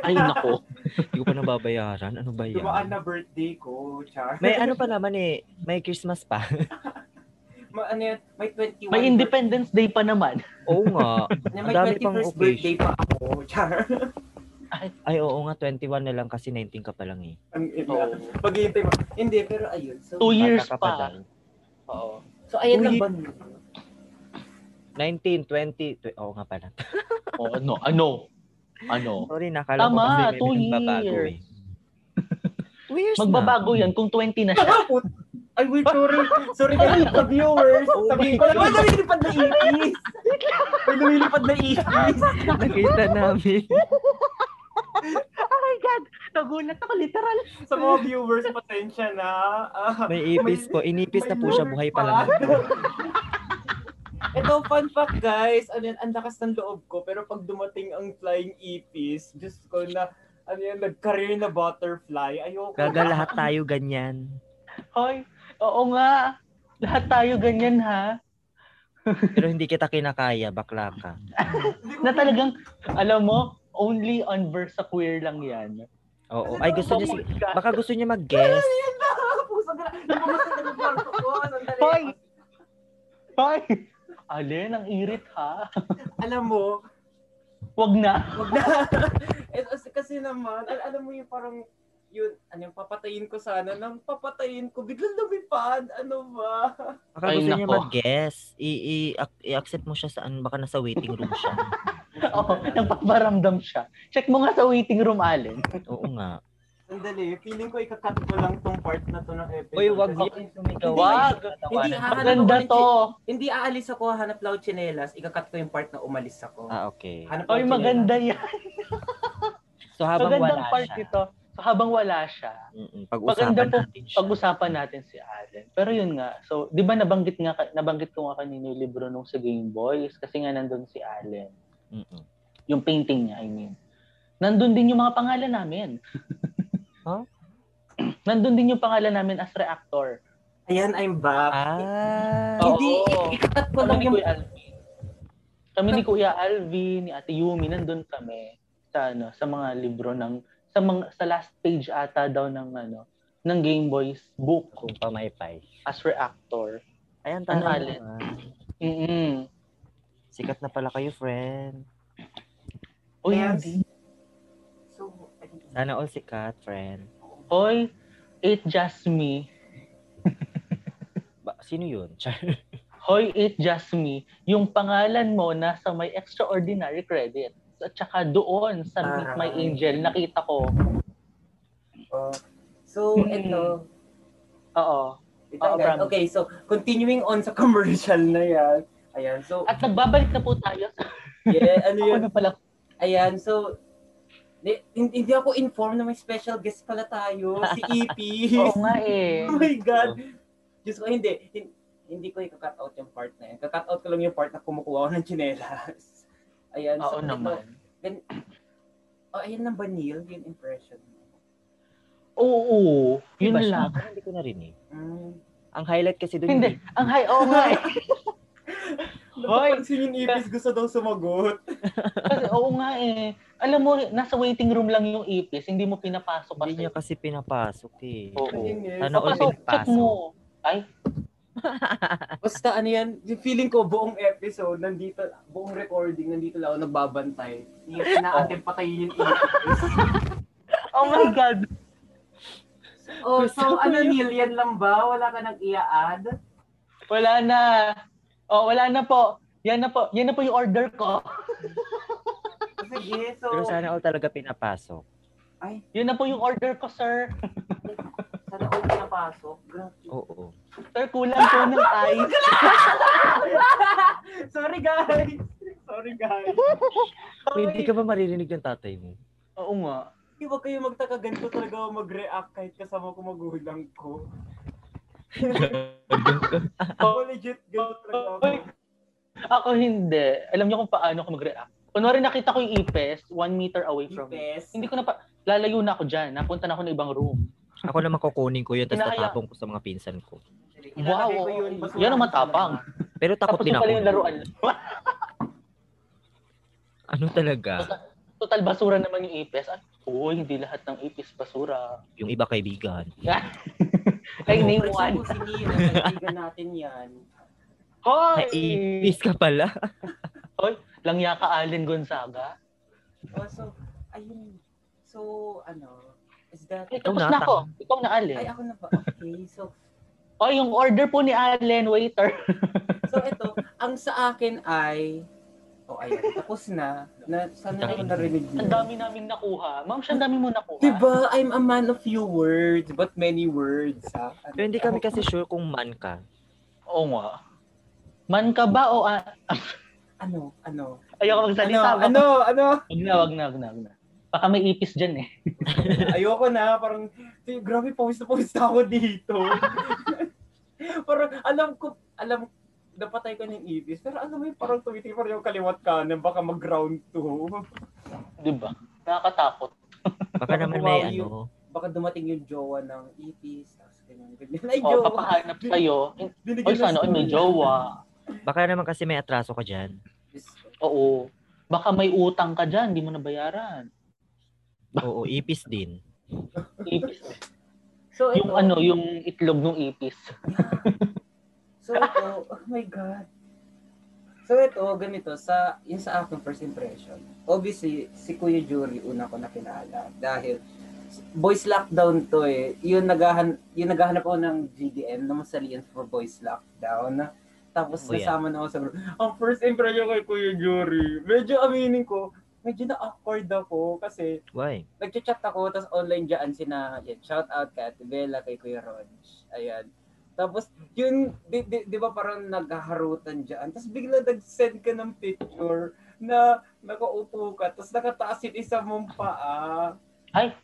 [SPEAKER 3] Ay nako.
[SPEAKER 4] Hindi ko pa nababayaran. Ano ba yan?
[SPEAKER 2] Dumaan na birthday ko, Char.
[SPEAKER 4] May ano pa naman eh. May Christmas pa.
[SPEAKER 2] Ma- ano yan, may 21
[SPEAKER 3] May Independence Day pa naman.
[SPEAKER 4] Oo nga.
[SPEAKER 2] Na
[SPEAKER 4] Ang
[SPEAKER 2] may
[SPEAKER 4] dami
[SPEAKER 2] 21st
[SPEAKER 4] pang occasion.
[SPEAKER 2] birthday pa ako, Char.
[SPEAKER 4] Ay, oo nga. 21 na lang kasi 19 ka pa lang eh.
[SPEAKER 2] Ang ina.
[SPEAKER 3] Oo.
[SPEAKER 2] Paghihintay mo. Hindi, pero ayun. So,
[SPEAKER 3] Two years
[SPEAKER 4] Bata ka
[SPEAKER 3] pa.
[SPEAKER 4] dun.
[SPEAKER 3] Oo.
[SPEAKER 2] so ayan lang
[SPEAKER 4] Uy.
[SPEAKER 2] ba?
[SPEAKER 4] 19, 20. tw- Oo nga pala.
[SPEAKER 3] O, ano? Ano? Ano?
[SPEAKER 4] Sorry, nakala
[SPEAKER 3] Tama,
[SPEAKER 4] ko kasi may
[SPEAKER 3] two
[SPEAKER 4] nagbabago eh.
[SPEAKER 3] years.
[SPEAKER 4] Two years na.
[SPEAKER 3] Magbabago yan kung 20 na siya.
[SPEAKER 2] Ay, wait, sorry. Sorry guys, sa viewers. Sabihin ko lang, may lumilipad na ipis. May lumilipad na ipis.
[SPEAKER 4] Nakita namin.
[SPEAKER 3] Oh my God! Nagulat ako, literal.
[SPEAKER 2] Sa mga viewers, pasensya na. Ah,
[SPEAKER 4] May ipis po. Inipis na
[SPEAKER 2] may
[SPEAKER 4] po siya.
[SPEAKER 2] lumilipad.
[SPEAKER 4] Buhay pa lang.
[SPEAKER 2] Ito, fun fact guys, ano yan, ang lakas ng loob ko, pero pag dumating ang flying ipis, just ko na, ano yan, nag-career na butterfly, ayoko.
[SPEAKER 4] Gaga lahat tayo ganyan.
[SPEAKER 3] Hoy, oo nga. Lahat tayo ganyan ha.
[SPEAKER 4] Pero hindi kita kinakaya. Bakla ka.
[SPEAKER 3] Na talagang, alam mo, only on Versa Queer lang yan.
[SPEAKER 4] Oo. Ay, gusto niya. si-
[SPEAKER 3] God.
[SPEAKER 4] Baka gusto niya mag-guess.
[SPEAKER 2] Ano Puso ka na, nabukasan na ng kwarto ko, Ano, sandali.
[SPEAKER 3] Hoy! Hoy! Alin, ang irit ha.
[SPEAKER 2] Alam mo,
[SPEAKER 3] Wag na.
[SPEAKER 2] wag na. Eh, kasi- kasi naman, al- alam mo yung parang, yun, ano yung papatayin ko sana, nang papatayin ko, biglang lumipad, ano ba?
[SPEAKER 4] Baka
[SPEAKER 3] Ay,
[SPEAKER 4] gusto niya
[SPEAKER 3] nako.
[SPEAKER 4] mag-guess. I- i- ac- I-accept mo siya saan. Baka nasa waiting room siya.
[SPEAKER 3] Oo, nagpaparamdam siya. Check mo nga sa waiting room, Alin.
[SPEAKER 4] Oo nga.
[SPEAKER 2] Sandali, feeling ko ikakat ko lang tong part na to ng episode.
[SPEAKER 4] Uy, wag
[SPEAKER 2] Kasi-
[SPEAKER 4] niyo sumigaw.
[SPEAKER 3] Wag.
[SPEAKER 2] Hindi, ah,
[SPEAKER 3] Maganda to.
[SPEAKER 2] Hindi aalis ako, hanap lang ako chinelas. Ikakat ko yung part na umalis ako.
[SPEAKER 4] Ah, okay.
[SPEAKER 2] Hanap
[SPEAKER 3] Hoy,
[SPEAKER 2] ako
[SPEAKER 3] maganda yan.
[SPEAKER 4] So habang
[SPEAKER 3] Magandang
[SPEAKER 4] wala
[SPEAKER 3] part
[SPEAKER 4] siya.
[SPEAKER 3] ito. So, habang wala siya,
[SPEAKER 4] Mm-mm,
[SPEAKER 3] Maganda
[SPEAKER 4] Pag-usapan
[SPEAKER 3] po-
[SPEAKER 4] natin siya.
[SPEAKER 3] pag-usapan natin si Allen. Pero yun nga, so 'di ba nabanggit nga ka- nabanggit ko nga kanina yung libro nung sa Game Boys kasi nga nandun si Allen,
[SPEAKER 4] Mm-mm.
[SPEAKER 3] yung painting niya, I mean. Nandun din yung mga pangalan namin.
[SPEAKER 4] Huh?
[SPEAKER 3] Nandun din yung pangalan namin as reactor.
[SPEAKER 2] chinelas. Ayan, I'm back.
[SPEAKER 4] Ah.
[SPEAKER 3] Oo.
[SPEAKER 2] Hindi, ikakat ko
[SPEAKER 3] Kami
[SPEAKER 2] lang
[SPEAKER 3] ni
[SPEAKER 2] yung...
[SPEAKER 3] Kuya Alvin. Kami ni Kuya Alvin, ni Ate Yumi, nandun kami sa ano, sa mga libro ng sa mga sa last page ata daw ng ano ng Game Boys book
[SPEAKER 4] Kung pamaypay.
[SPEAKER 3] as reactor.
[SPEAKER 4] oh, Ayan,
[SPEAKER 3] Ano,
[SPEAKER 4] tara
[SPEAKER 3] Alin?
[SPEAKER 4] na.
[SPEAKER 3] Mm.
[SPEAKER 4] Sikat na pala kayo, friend.
[SPEAKER 3] Uy,
[SPEAKER 2] Yes.
[SPEAKER 3] hindi.
[SPEAKER 2] So,
[SPEAKER 4] Sana all sikat, friend.
[SPEAKER 3] Hoy, it just me.
[SPEAKER 4] Ba, sino yun? Char.
[SPEAKER 3] Hoy, it just me. Yung pangalan mo nasa may extraordinary credit. At saka doon sa Meet My
[SPEAKER 2] Ah.
[SPEAKER 3] Angel, nakita ko.
[SPEAKER 2] oh. so
[SPEAKER 3] Hmm.
[SPEAKER 2] ito.
[SPEAKER 3] Oo.
[SPEAKER 2] ito
[SPEAKER 3] Oo,
[SPEAKER 2] guys.
[SPEAKER 3] promise.
[SPEAKER 2] Okay, so continuing on sa commercial na yan. Ayan, so,
[SPEAKER 3] At nagbabalik na po tayo sa
[SPEAKER 2] yeah, ano
[SPEAKER 3] ako
[SPEAKER 2] yun?
[SPEAKER 3] na pala.
[SPEAKER 2] Ayan, so, di- hindi ako informed na may special guest pala tayo, si EP.
[SPEAKER 3] Oo nga eh.
[SPEAKER 2] Oh my God. Diyos ko, hindi. Hin- Hindi ko i-cut out yung part na yun. Kakat out ko lang yung part na kumukuha ako ng chinelas. Ayan.
[SPEAKER 3] Oo
[SPEAKER 2] so, ito-
[SPEAKER 3] naman.
[SPEAKER 2] Oh, ayan lang ba, Neil? Yung impression mo.
[SPEAKER 3] Oo, yun
[SPEAKER 4] Iba siya.
[SPEAKER 3] lang.
[SPEAKER 4] Parang Hindi ko narinig.
[SPEAKER 2] Mm.
[SPEAKER 4] Ang highlight kasi doon
[SPEAKER 3] Hindi. Ang high, oo nga eh. Hoy!
[SPEAKER 2] Napapansin yung ipis, gusto daw sumagot.
[SPEAKER 3] Kasi oo nga eh. Alam mo, nasa waiting room lang yung ipis, hindi mo pinapasok
[SPEAKER 4] Hindi
[SPEAKER 3] kasi.
[SPEAKER 4] niya kasi pinapasok eh.
[SPEAKER 3] Oo.
[SPEAKER 2] Ayun eh.
[SPEAKER 4] Ano all
[SPEAKER 3] Papasok, check
[SPEAKER 4] pinapasok.
[SPEAKER 3] mo. Ay,
[SPEAKER 2] Basta ano yan, yung feeling ko buong episode, nandito, buong recording, nandito lang ako nagbabantay. Hindi na atin patayin yung ipis.
[SPEAKER 3] oh my God.
[SPEAKER 2] oh, so ano Neil, yan lang ba? Wala ka nang ia-add?
[SPEAKER 3] Wala na. Oh, wala na po. Yan na po. Yan na po yung order ko.
[SPEAKER 2] Sige, so...
[SPEAKER 4] Pero sana all talaga pinapasok.
[SPEAKER 2] Ay,
[SPEAKER 3] Yan na po yung order ko, sir.
[SPEAKER 2] sana ako pinapasok. Grabe.
[SPEAKER 4] Oo.
[SPEAKER 3] Sir, kulang po ng ice.
[SPEAKER 2] Sorry guys. Sorry guys.
[SPEAKER 4] Uy, Hindi ka ba maririnig ng tatay mo?
[SPEAKER 3] Oo nga.
[SPEAKER 2] Hindi ba kayo magtaka ganito talaga ako mag-react kahit kasama ko magulang ko? Ako legit ganito talaga ako.
[SPEAKER 3] Ako hindi. Alam niyo kung paano ako mag-react. Kunwari nakita ko yung ipes, one meter away from me.
[SPEAKER 2] Ipes.
[SPEAKER 3] Hindi ko na pa, lalayo na ako dyan. Napunta na ako ng ibang room.
[SPEAKER 4] Ako naman kukunin ko yun, tapos
[SPEAKER 3] Kinakaya-
[SPEAKER 4] tatapong ko sa mga pinsan ko.
[SPEAKER 2] Ilalagay ko
[SPEAKER 3] Wow,
[SPEAKER 2] yun,
[SPEAKER 3] yan
[SPEAKER 2] basura
[SPEAKER 3] ang
[SPEAKER 2] sa
[SPEAKER 3] matapang.
[SPEAKER 2] laman.
[SPEAKER 4] Pero takot
[SPEAKER 3] Tapos
[SPEAKER 4] din
[SPEAKER 3] na
[SPEAKER 4] ako.
[SPEAKER 3] pala yung laruan.
[SPEAKER 4] Ano talaga?
[SPEAKER 3] Total basura naman yung ipes. At, Uy, hindi lahat ng ipis basura.
[SPEAKER 4] Yung iba kaibigan.
[SPEAKER 3] Ay,
[SPEAKER 2] Ano,
[SPEAKER 3] name
[SPEAKER 2] first
[SPEAKER 3] one.
[SPEAKER 2] ubusin niya, nabalikan natin yan.
[SPEAKER 3] Hoy!
[SPEAKER 4] Naipis ka pala.
[SPEAKER 3] Langya ka Allen Gonzaga.
[SPEAKER 2] Oh, so, ayun. So, ano, is that...
[SPEAKER 3] Ay,
[SPEAKER 4] Ikaw
[SPEAKER 3] tapos
[SPEAKER 4] na,
[SPEAKER 3] na ako. Ikaw na Allen.
[SPEAKER 2] Ay, ako na ba? Okay, so,
[SPEAKER 3] Oh, yung order po ni Allen, waiter.
[SPEAKER 2] so ito, ang sa akin ay... Oh, ayan, tapos na. na sana ako narinig
[SPEAKER 3] Ang
[SPEAKER 2] niyo.
[SPEAKER 3] dami naming nakuha. Ma'am, siya ang dami mo nakuha.
[SPEAKER 2] Diba, I'm a man of few words, but many words. Ha? Ano
[SPEAKER 4] Pero hindi
[SPEAKER 2] daw?
[SPEAKER 4] kami kasi sure kung man ka.
[SPEAKER 3] Oo nga. Man ka ba o... A-
[SPEAKER 2] Ano, ano? Ano,
[SPEAKER 3] Ayoko magsalita.
[SPEAKER 2] ano, ano?
[SPEAKER 3] Wag na, wag na, wag na, wag na. Baka may ipis dyan eh.
[SPEAKER 2] Ayoko na, parang, "Dude, grabe, pawis na pawis na ako dito. parang, alam ko, alam, napatay ko ng ibis, pero alam mo yun, parang tumitingin pa rin yung kaliwat kanan, baka mag-round two.
[SPEAKER 3] Diba? Nakakatakot.
[SPEAKER 4] Baka
[SPEAKER 2] Baka
[SPEAKER 4] naman may
[SPEAKER 2] bumawi yun.
[SPEAKER 4] ano.
[SPEAKER 2] Baka dumating yung jowa ng ibis, tapos ganyan, ganyan. Ay,
[SPEAKER 3] O,
[SPEAKER 2] jowa!
[SPEAKER 3] Oh, papahanap sa'yo.
[SPEAKER 2] Binigyan
[SPEAKER 3] Oy,
[SPEAKER 2] ng
[SPEAKER 3] sana, oy, may
[SPEAKER 2] story.
[SPEAKER 3] jowa.
[SPEAKER 4] Baka naman kasi may atraso ka dyan.
[SPEAKER 2] Diyos ko.
[SPEAKER 3] Oo. Baka may utang ka dyan, di mo nabayaran.
[SPEAKER 4] Oo, ipis din.
[SPEAKER 3] Ipis.
[SPEAKER 2] So, ito,
[SPEAKER 3] Yung ano, yung itlog ng ipis.
[SPEAKER 2] so ito, oh my God. So ito, ganito, sa, yun sa akin first impression. Obviously, si Kuya Jury, una ko na kilala. Dahil, boys lockdown to eh. Yun, naghahan, yun naghahanap ako ng GDM na masalian for boys lockdown. Tapos
[SPEAKER 4] Oh, yeah.
[SPEAKER 2] nasama na ako sa group. Ang first impression kay Kuya Jury, medyo aminin ko, medyo na-awkward ako kasi
[SPEAKER 4] Why?
[SPEAKER 2] nagchat-chat ako, tapos online dyan sina, yan, shout out kay Ate Bella, kay Kuya Ronch. Ayan. Tapos, yun, di, di, di ba parang naghaharutan dyan? Tapos bigla nag-send ka ng picture na nakaupo ka, tapos nakataas yung isa mong paa.
[SPEAKER 3] Ay.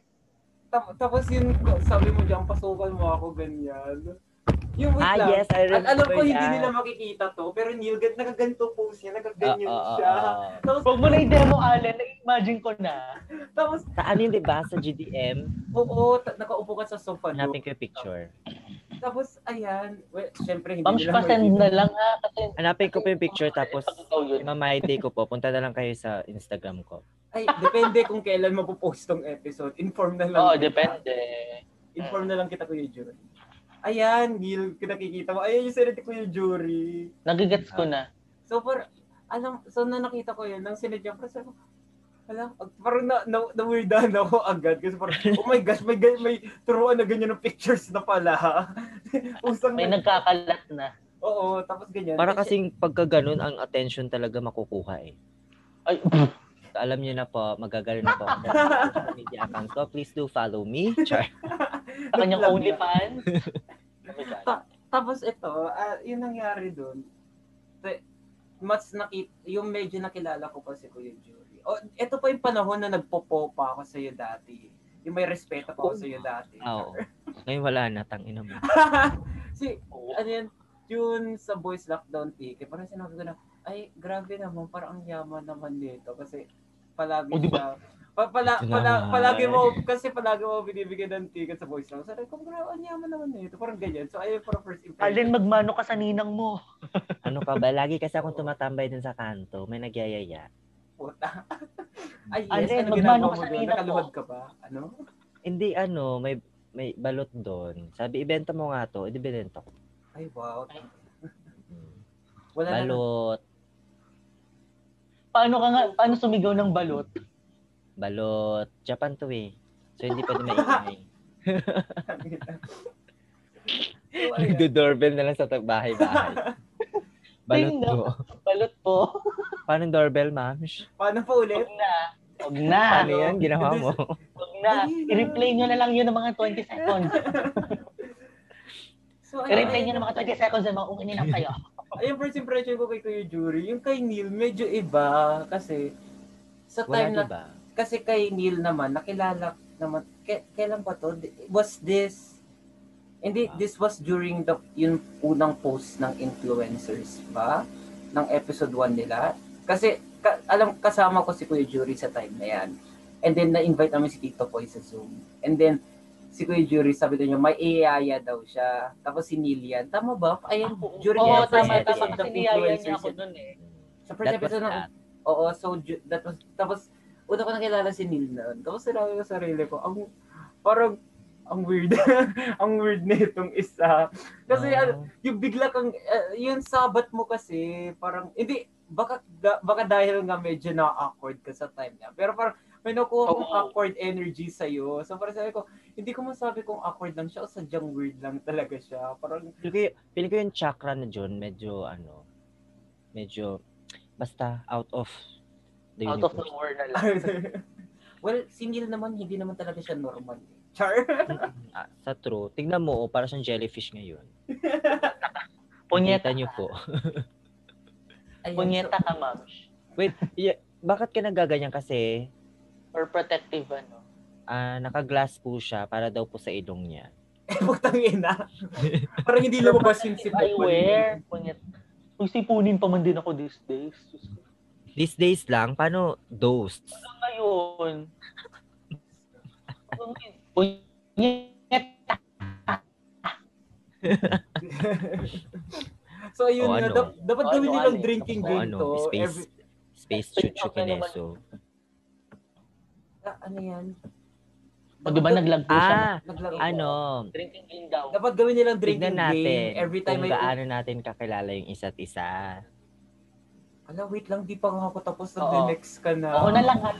[SPEAKER 2] Tap- tapos yun, sabi mo dyan, pasukan mo ako, ganyan. Yung wait
[SPEAKER 4] Ah,
[SPEAKER 2] lang.
[SPEAKER 4] yes, I
[SPEAKER 2] At
[SPEAKER 4] remember
[SPEAKER 2] alam ko, hindi
[SPEAKER 4] that.
[SPEAKER 2] nila makikita to, pero Neil, gan- nakaganto pose niya,
[SPEAKER 4] Oo,
[SPEAKER 2] nakaganyan
[SPEAKER 4] oo,
[SPEAKER 2] siya.
[SPEAKER 4] oo.
[SPEAKER 2] Tapos,
[SPEAKER 3] Huwag mo na i-demo, Allen. Na-imagine ko na.
[SPEAKER 2] tapos,
[SPEAKER 4] Sa ano yun, diba? Sa GDM,
[SPEAKER 2] oo, ta- nakaupo ka sa sofa. no?
[SPEAKER 4] hanapin ko yung picture.
[SPEAKER 2] Tapos, ayan. Well, syempre, hindi
[SPEAKER 3] Ma'am,
[SPEAKER 2] nila
[SPEAKER 3] pasend na
[SPEAKER 2] makikita.
[SPEAKER 3] lang ha. Kasi
[SPEAKER 4] Hanapin ko pa yung picture, tapos
[SPEAKER 3] Pag ikaw yun.
[SPEAKER 4] mamay day ko po. Punta na lang kayo sa Instagram ko.
[SPEAKER 2] Ay, depende kung kailan mapopost tong episode. Inform na lang.
[SPEAKER 3] Oo,
[SPEAKER 2] kita.
[SPEAKER 3] depende.
[SPEAKER 2] Inform na lang kita, Kuya Jury. Ayan, Gil, nakikita mo. Ayan yung sinit ko yung jury.
[SPEAKER 3] Nagigets ko na.
[SPEAKER 2] So, par, alam, so na nakita ko yun, nang sinit niya, parang sabi ko, alam, ag- parang na, na, na-weirdan ako agad. Kasi parang, oh my gosh, may, gan- may turuan na ganyan ng pictures na pala. Usang,
[SPEAKER 3] May nagkakalat na.
[SPEAKER 2] oo, tapos ganyan.
[SPEAKER 4] Para
[SPEAKER 2] Kasi-
[SPEAKER 4] kasing pagka ganun, ang attention talaga makukuha eh.
[SPEAKER 3] Ay,
[SPEAKER 4] Alam niyo na po, magagaling na po ako sa social media account ko. Please do follow me. Char.
[SPEAKER 3] sa kanyang
[SPEAKER 2] Naglag-
[SPEAKER 3] OnlyFans.
[SPEAKER 2] Tapos ito, ah, yung nangyari doon, mas nakit yung medyo nakilala ko pa si Kuya Jury. O, ito pa yung panahon na nagpopo pa ako sa iyo dati. Yung may respeto pa ako sa iyo dati.
[SPEAKER 4] Ah, Oo. Ngayon wala na, tangina mo.
[SPEAKER 2] si, ano yan, yun sa boys lockdown ticket, parang sinabi ko na, ay, grabe naman, parang ang yaman naman nito. Kasi palagi
[SPEAKER 3] O, di
[SPEAKER 2] siya,
[SPEAKER 3] ba?
[SPEAKER 2] pa, pala,
[SPEAKER 4] Grabe.
[SPEAKER 2] pala, palagi mo, kasi palagi mo binibigyan ng ticket sa boys lockdown. Sabi ko, grabe, ang yaman naman nito. Parang ganyan. So, ayun, parang first impression.
[SPEAKER 3] Allen, magmano ka sa ninang mo.
[SPEAKER 4] Ano ka ba? Lagi kasi akong tumatambay dun sa kanto. May nagyayaya.
[SPEAKER 2] Puta. Ay, yes.
[SPEAKER 3] Alden,
[SPEAKER 2] ano
[SPEAKER 3] magmano
[SPEAKER 2] ginagawa
[SPEAKER 3] ka
[SPEAKER 2] mo
[SPEAKER 3] sa
[SPEAKER 2] doon?
[SPEAKER 3] ina ko?
[SPEAKER 2] Nakaluhod ka ba? Ano?
[SPEAKER 4] Hindi ano, may may balot doon. Sabi, ibenta mo nga to. Hindi, binenta ko.
[SPEAKER 2] Ay, wow.
[SPEAKER 3] Ay.
[SPEAKER 4] Hmm.
[SPEAKER 2] Wala na.
[SPEAKER 4] Balot.
[SPEAKER 3] Paano ka nga, paano sumigaw ng balot?
[SPEAKER 4] Balot. Japan to eh. So, hindi pwede maingay.
[SPEAKER 2] So, ayan.
[SPEAKER 4] Nagdo-doorbell na lang sa tab- bahay-bahay. Balot
[SPEAKER 3] Tingnan.
[SPEAKER 4] ko.
[SPEAKER 3] Balot po.
[SPEAKER 4] Paano yung doorbel, ma'am? Shh.
[SPEAKER 2] Paano pa
[SPEAKER 3] Huwag
[SPEAKER 2] ulit?
[SPEAKER 3] na. Huwag na.
[SPEAKER 4] Paano yan? Ginawa mo?
[SPEAKER 3] Huwag na. I-replay nyo na lang yun ng mga 20 seconds.
[SPEAKER 2] So, ayun,
[SPEAKER 3] I-replay nyo
[SPEAKER 2] ayun,
[SPEAKER 3] ng mga 20 seconds na mga ungin lang kayo.
[SPEAKER 2] ayun, first impression ko kay Kuya Jury, yung kay Neil, medyo iba. Kasi, sa
[SPEAKER 4] Wala,
[SPEAKER 2] time na,
[SPEAKER 4] diba?
[SPEAKER 2] kasi kay Neil naman, nakilala naman, ke, kailan ba to? Was this, hindi,
[SPEAKER 4] Ah.
[SPEAKER 2] this was during the, yung unang post ng influencers ba? Ng episode 1 nila? Kasi, ka- alam kasama ko si Kuya Jury sa time na yan. And then na-invite namin si Tito Poy sa Zoom. And then si Kuya Jury sabi daw niya may iyaya daw siya. Tapos si Nilian. Tama ba? Ayan, during
[SPEAKER 5] Oo,
[SPEAKER 4] Yes,
[SPEAKER 5] tama,
[SPEAKER 4] yes,
[SPEAKER 5] tama.
[SPEAKER 4] yes.
[SPEAKER 5] Kasi niyaya niya ako nun eh.
[SPEAKER 2] Sa first
[SPEAKER 4] That was
[SPEAKER 2] episode ng
[SPEAKER 4] that.
[SPEAKER 2] Oo, so ju- that was, tapos, una ko nakilala si Neil noon. Tapos sinabi ko sa sarili ko, ang, parang, ang weird, ang weird na itong isa. Kasi ano,
[SPEAKER 4] Ah.
[SPEAKER 2] yung bigla kang, ah, yung sabat mo kasi, parang, hindi, baka, da- baka dahil nga medyo na-awkward ka sa time niya. Pero parang, may nakuha kong
[SPEAKER 5] Oo.
[SPEAKER 2] awkward energy sa'yo. So parang sabi ko, hindi ko masabi kung awkward lang siya o sadyang weird lang talaga siya. Parang,
[SPEAKER 4] Feeling ko, y- feeling ko yung chakra na John, medyo ano, medyo, basta out of the
[SPEAKER 3] Out of
[SPEAKER 4] universe.
[SPEAKER 3] nowhere na lang.
[SPEAKER 2] well, si Neil naman, hindi naman talaga siya normal. Char!
[SPEAKER 4] Ah, sa true. Tingnan mo, oh, para siyang jellyfish ngayon.
[SPEAKER 3] Punyeta.
[SPEAKER 4] Kita niyo po.
[SPEAKER 2] Ayun,
[SPEAKER 3] Punyeta ka, Mamsh.
[SPEAKER 4] Bakit ka nagaganyan kasi
[SPEAKER 3] Or protective, ano.
[SPEAKER 4] ah, naka-glass po siya para daw po sa ilong niya.
[SPEAKER 2] Putang Eh, ina. Parang hindi lumabas yung sip
[SPEAKER 3] I wear. Punyeta. Uy, sipunin pa man din ako these days. Diyos ko.
[SPEAKER 4] These days lang, paano dosed?
[SPEAKER 3] Ngayon. Punyeta.
[SPEAKER 2] So ayun
[SPEAKER 4] O,
[SPEAKER 2] nga,
[SPEAKER 4] ano?
[SPEAKER 2] dap- dapat
[SPEAKER 3] O,
[SPEAKER 2] gawin
[SPEAKER 3] ano,
[SPEAKER 2] nilang
[SPEAKER 3] ano?
[SPEAKER 2] drinking
[SPEAKER 4] O
[SPEAKER 2] game to.
[SPEAKER 4] ano,
[SPEAKER 2] Every,
[SPEAKER 4] space,
[SPEAKER 3] Space
[SPEAKER 4] space chuchu
[SPEAKER 3] out na naman.
[SPEAKER 4] kineso.
[SPEAKER 2] ah, ano yan?
[SPEAKER 3] O, Oh, di ba naglag po siya?
[SPEAKER 4] Ah,
[SPEAKER 2] Naglaro.
[SPEAKER 4] ano,
[SPEAKER 3] Drinking game daw.
[SPEAKER 2] Dapat gawin nilang drinking
[SPEAKER 4] tignan natin
[SPEAKER 2] game every time
[SPEAKER 4] kung
[SPEAKER 2] may...
[SPEAKER 4] gaano natin kakilala yung isa't isa.
[SPEAKER 2] Ala, wait lang, di pa nga ako tapos na
[SPEAKER 3] Oo.
[SPEAKER 2] the next ka na.
[SPEAKER 3] Oo na lang, ha?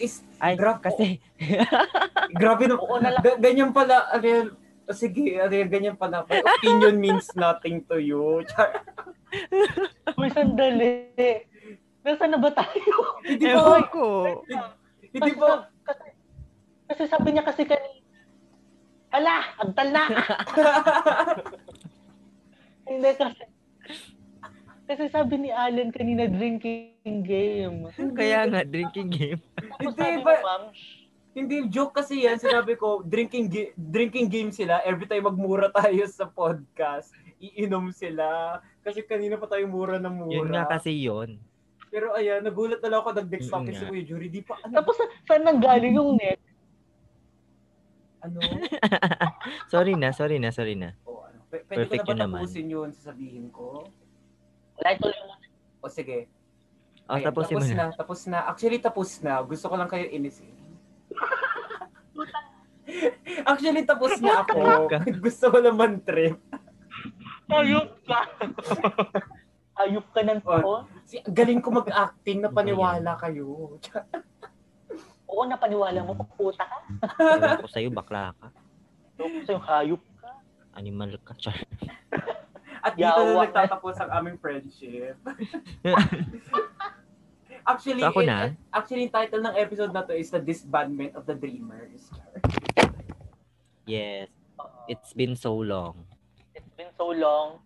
[SPEAKER 2] Is,
[SPEAKER 4] Ay,
[SPEAKER 2] Grab-
[SPEAKER 4] kasi,
[SPEAKER 2] grabe na.
[SPEAKER 3] Oo na lang.
[SPEAKER 2] Ga- ganyan pala, ano yan? O, sige, ano yan, ganyan pala. My opinion means nothing to you. Char-
[SPEAKER 3] Uy, sandali. Nasaan na ba tayo?
[SPEAKER 2] Hindi
[SPEAKER 4] ewan
[SPEAKER 2] pa,
[SPEAKER 4] ko.
[SPEAKER 2] hindi pa,
[SPEAKER 3] Kasi, kasi sabi niya kasi kanina, ala, agtal na. Hindi kasi. Kasi sabi ni Allen kanina drinking game.
[SPEAKER 4] Kaya nga, drinking game.
[SPEAKER 3] Tapos
[SPEAKER 2] Hindi,
[SPEAKER 3] sabi mo,
[SPEAKER 2] ba-
[SPEAKER 3] ma'am,
[SPEAKER 2] Hindi, joke kasi yan. Sinabi ko, drinking, ga- drinking game sila. Every time magmura tayo sa podcast, iinom sila. Kasi kanina pa tayo mura na mura.
[SPEAKER 4] Yun nga kasi yun.
[SPEAKER 2] Pero ayan, nagulat na lang ako nag-dex
[SPEAKER 4] Yun
[SPEAKER 2] sa akin
[SPEAKER 4] nga.
[SPEAKER 2] si Kuya Jury. Di pa, ano?
[SPEAKER 3] tapos sa- saan nanggaling yung net?
[SPEAKER 2] ano?
[SPEAKER 4] sorry na, sorry na, sorry na.
[SPEAKER 2] O, ano? P- pwede
[SPEAKER 4] Perfect
[SPEAKER 2] ko
[SPEAKER 4] yun
[SPEAKER 2] na
[SPEAKER 4] naman.
[SPEAKER 2] ba tapusin yun, sasabihin ko?
[SPEAKER 3] Wala tuloy mo.
[SPEAKER 2] O sige.
[SPEAKER 4] O,
[SPEAKER 2] Ayan,
[SPEAKER 4] Ah, tapusin mo
[SPEAKER 2] tapos
[SPEAKER 4] na.
[SPEAKER 2] na. Tapos na. Actually, tapos na. Gusto ko lang kayo inisin. Actually, tapos na ako. Gusto ko naman trip.
[SPEAKER 3] Ayup ka. Ayup ka ng taon.
[SPEAKER 2] Si- Galing ko mag-acting
[SPEAKER 4] Ano
[SPEAKER 2] na paniwala kayo.
[SPEAKER 3] Oo, napaniwala mo, puta ka.
[SPEAKER 4] Ewan ko sa'yo, bakla ka.
[SPEAKER 3] Kasi yung hayop ka.
[SPEAKER 4] Animal ka, char.
[SPEAKER 2] At dito na
[SPEAKER 3] Yawa.
[SPEAKER 2] nagtatapos ang aming friendship. actually,
[SPEAKER 4] So, ako
[SPEAKER 2] it-
[SPEAKER 4] na?
[SPEAKER 2] actually, yung title ng episode na to is The Disbandment of the Dreamers.
[SPEAKER 4] Yes,
[SPEAKER 3] Oo.
[SPEAKER 4] it's been so long.
[SPEAKER 3] it's been so long.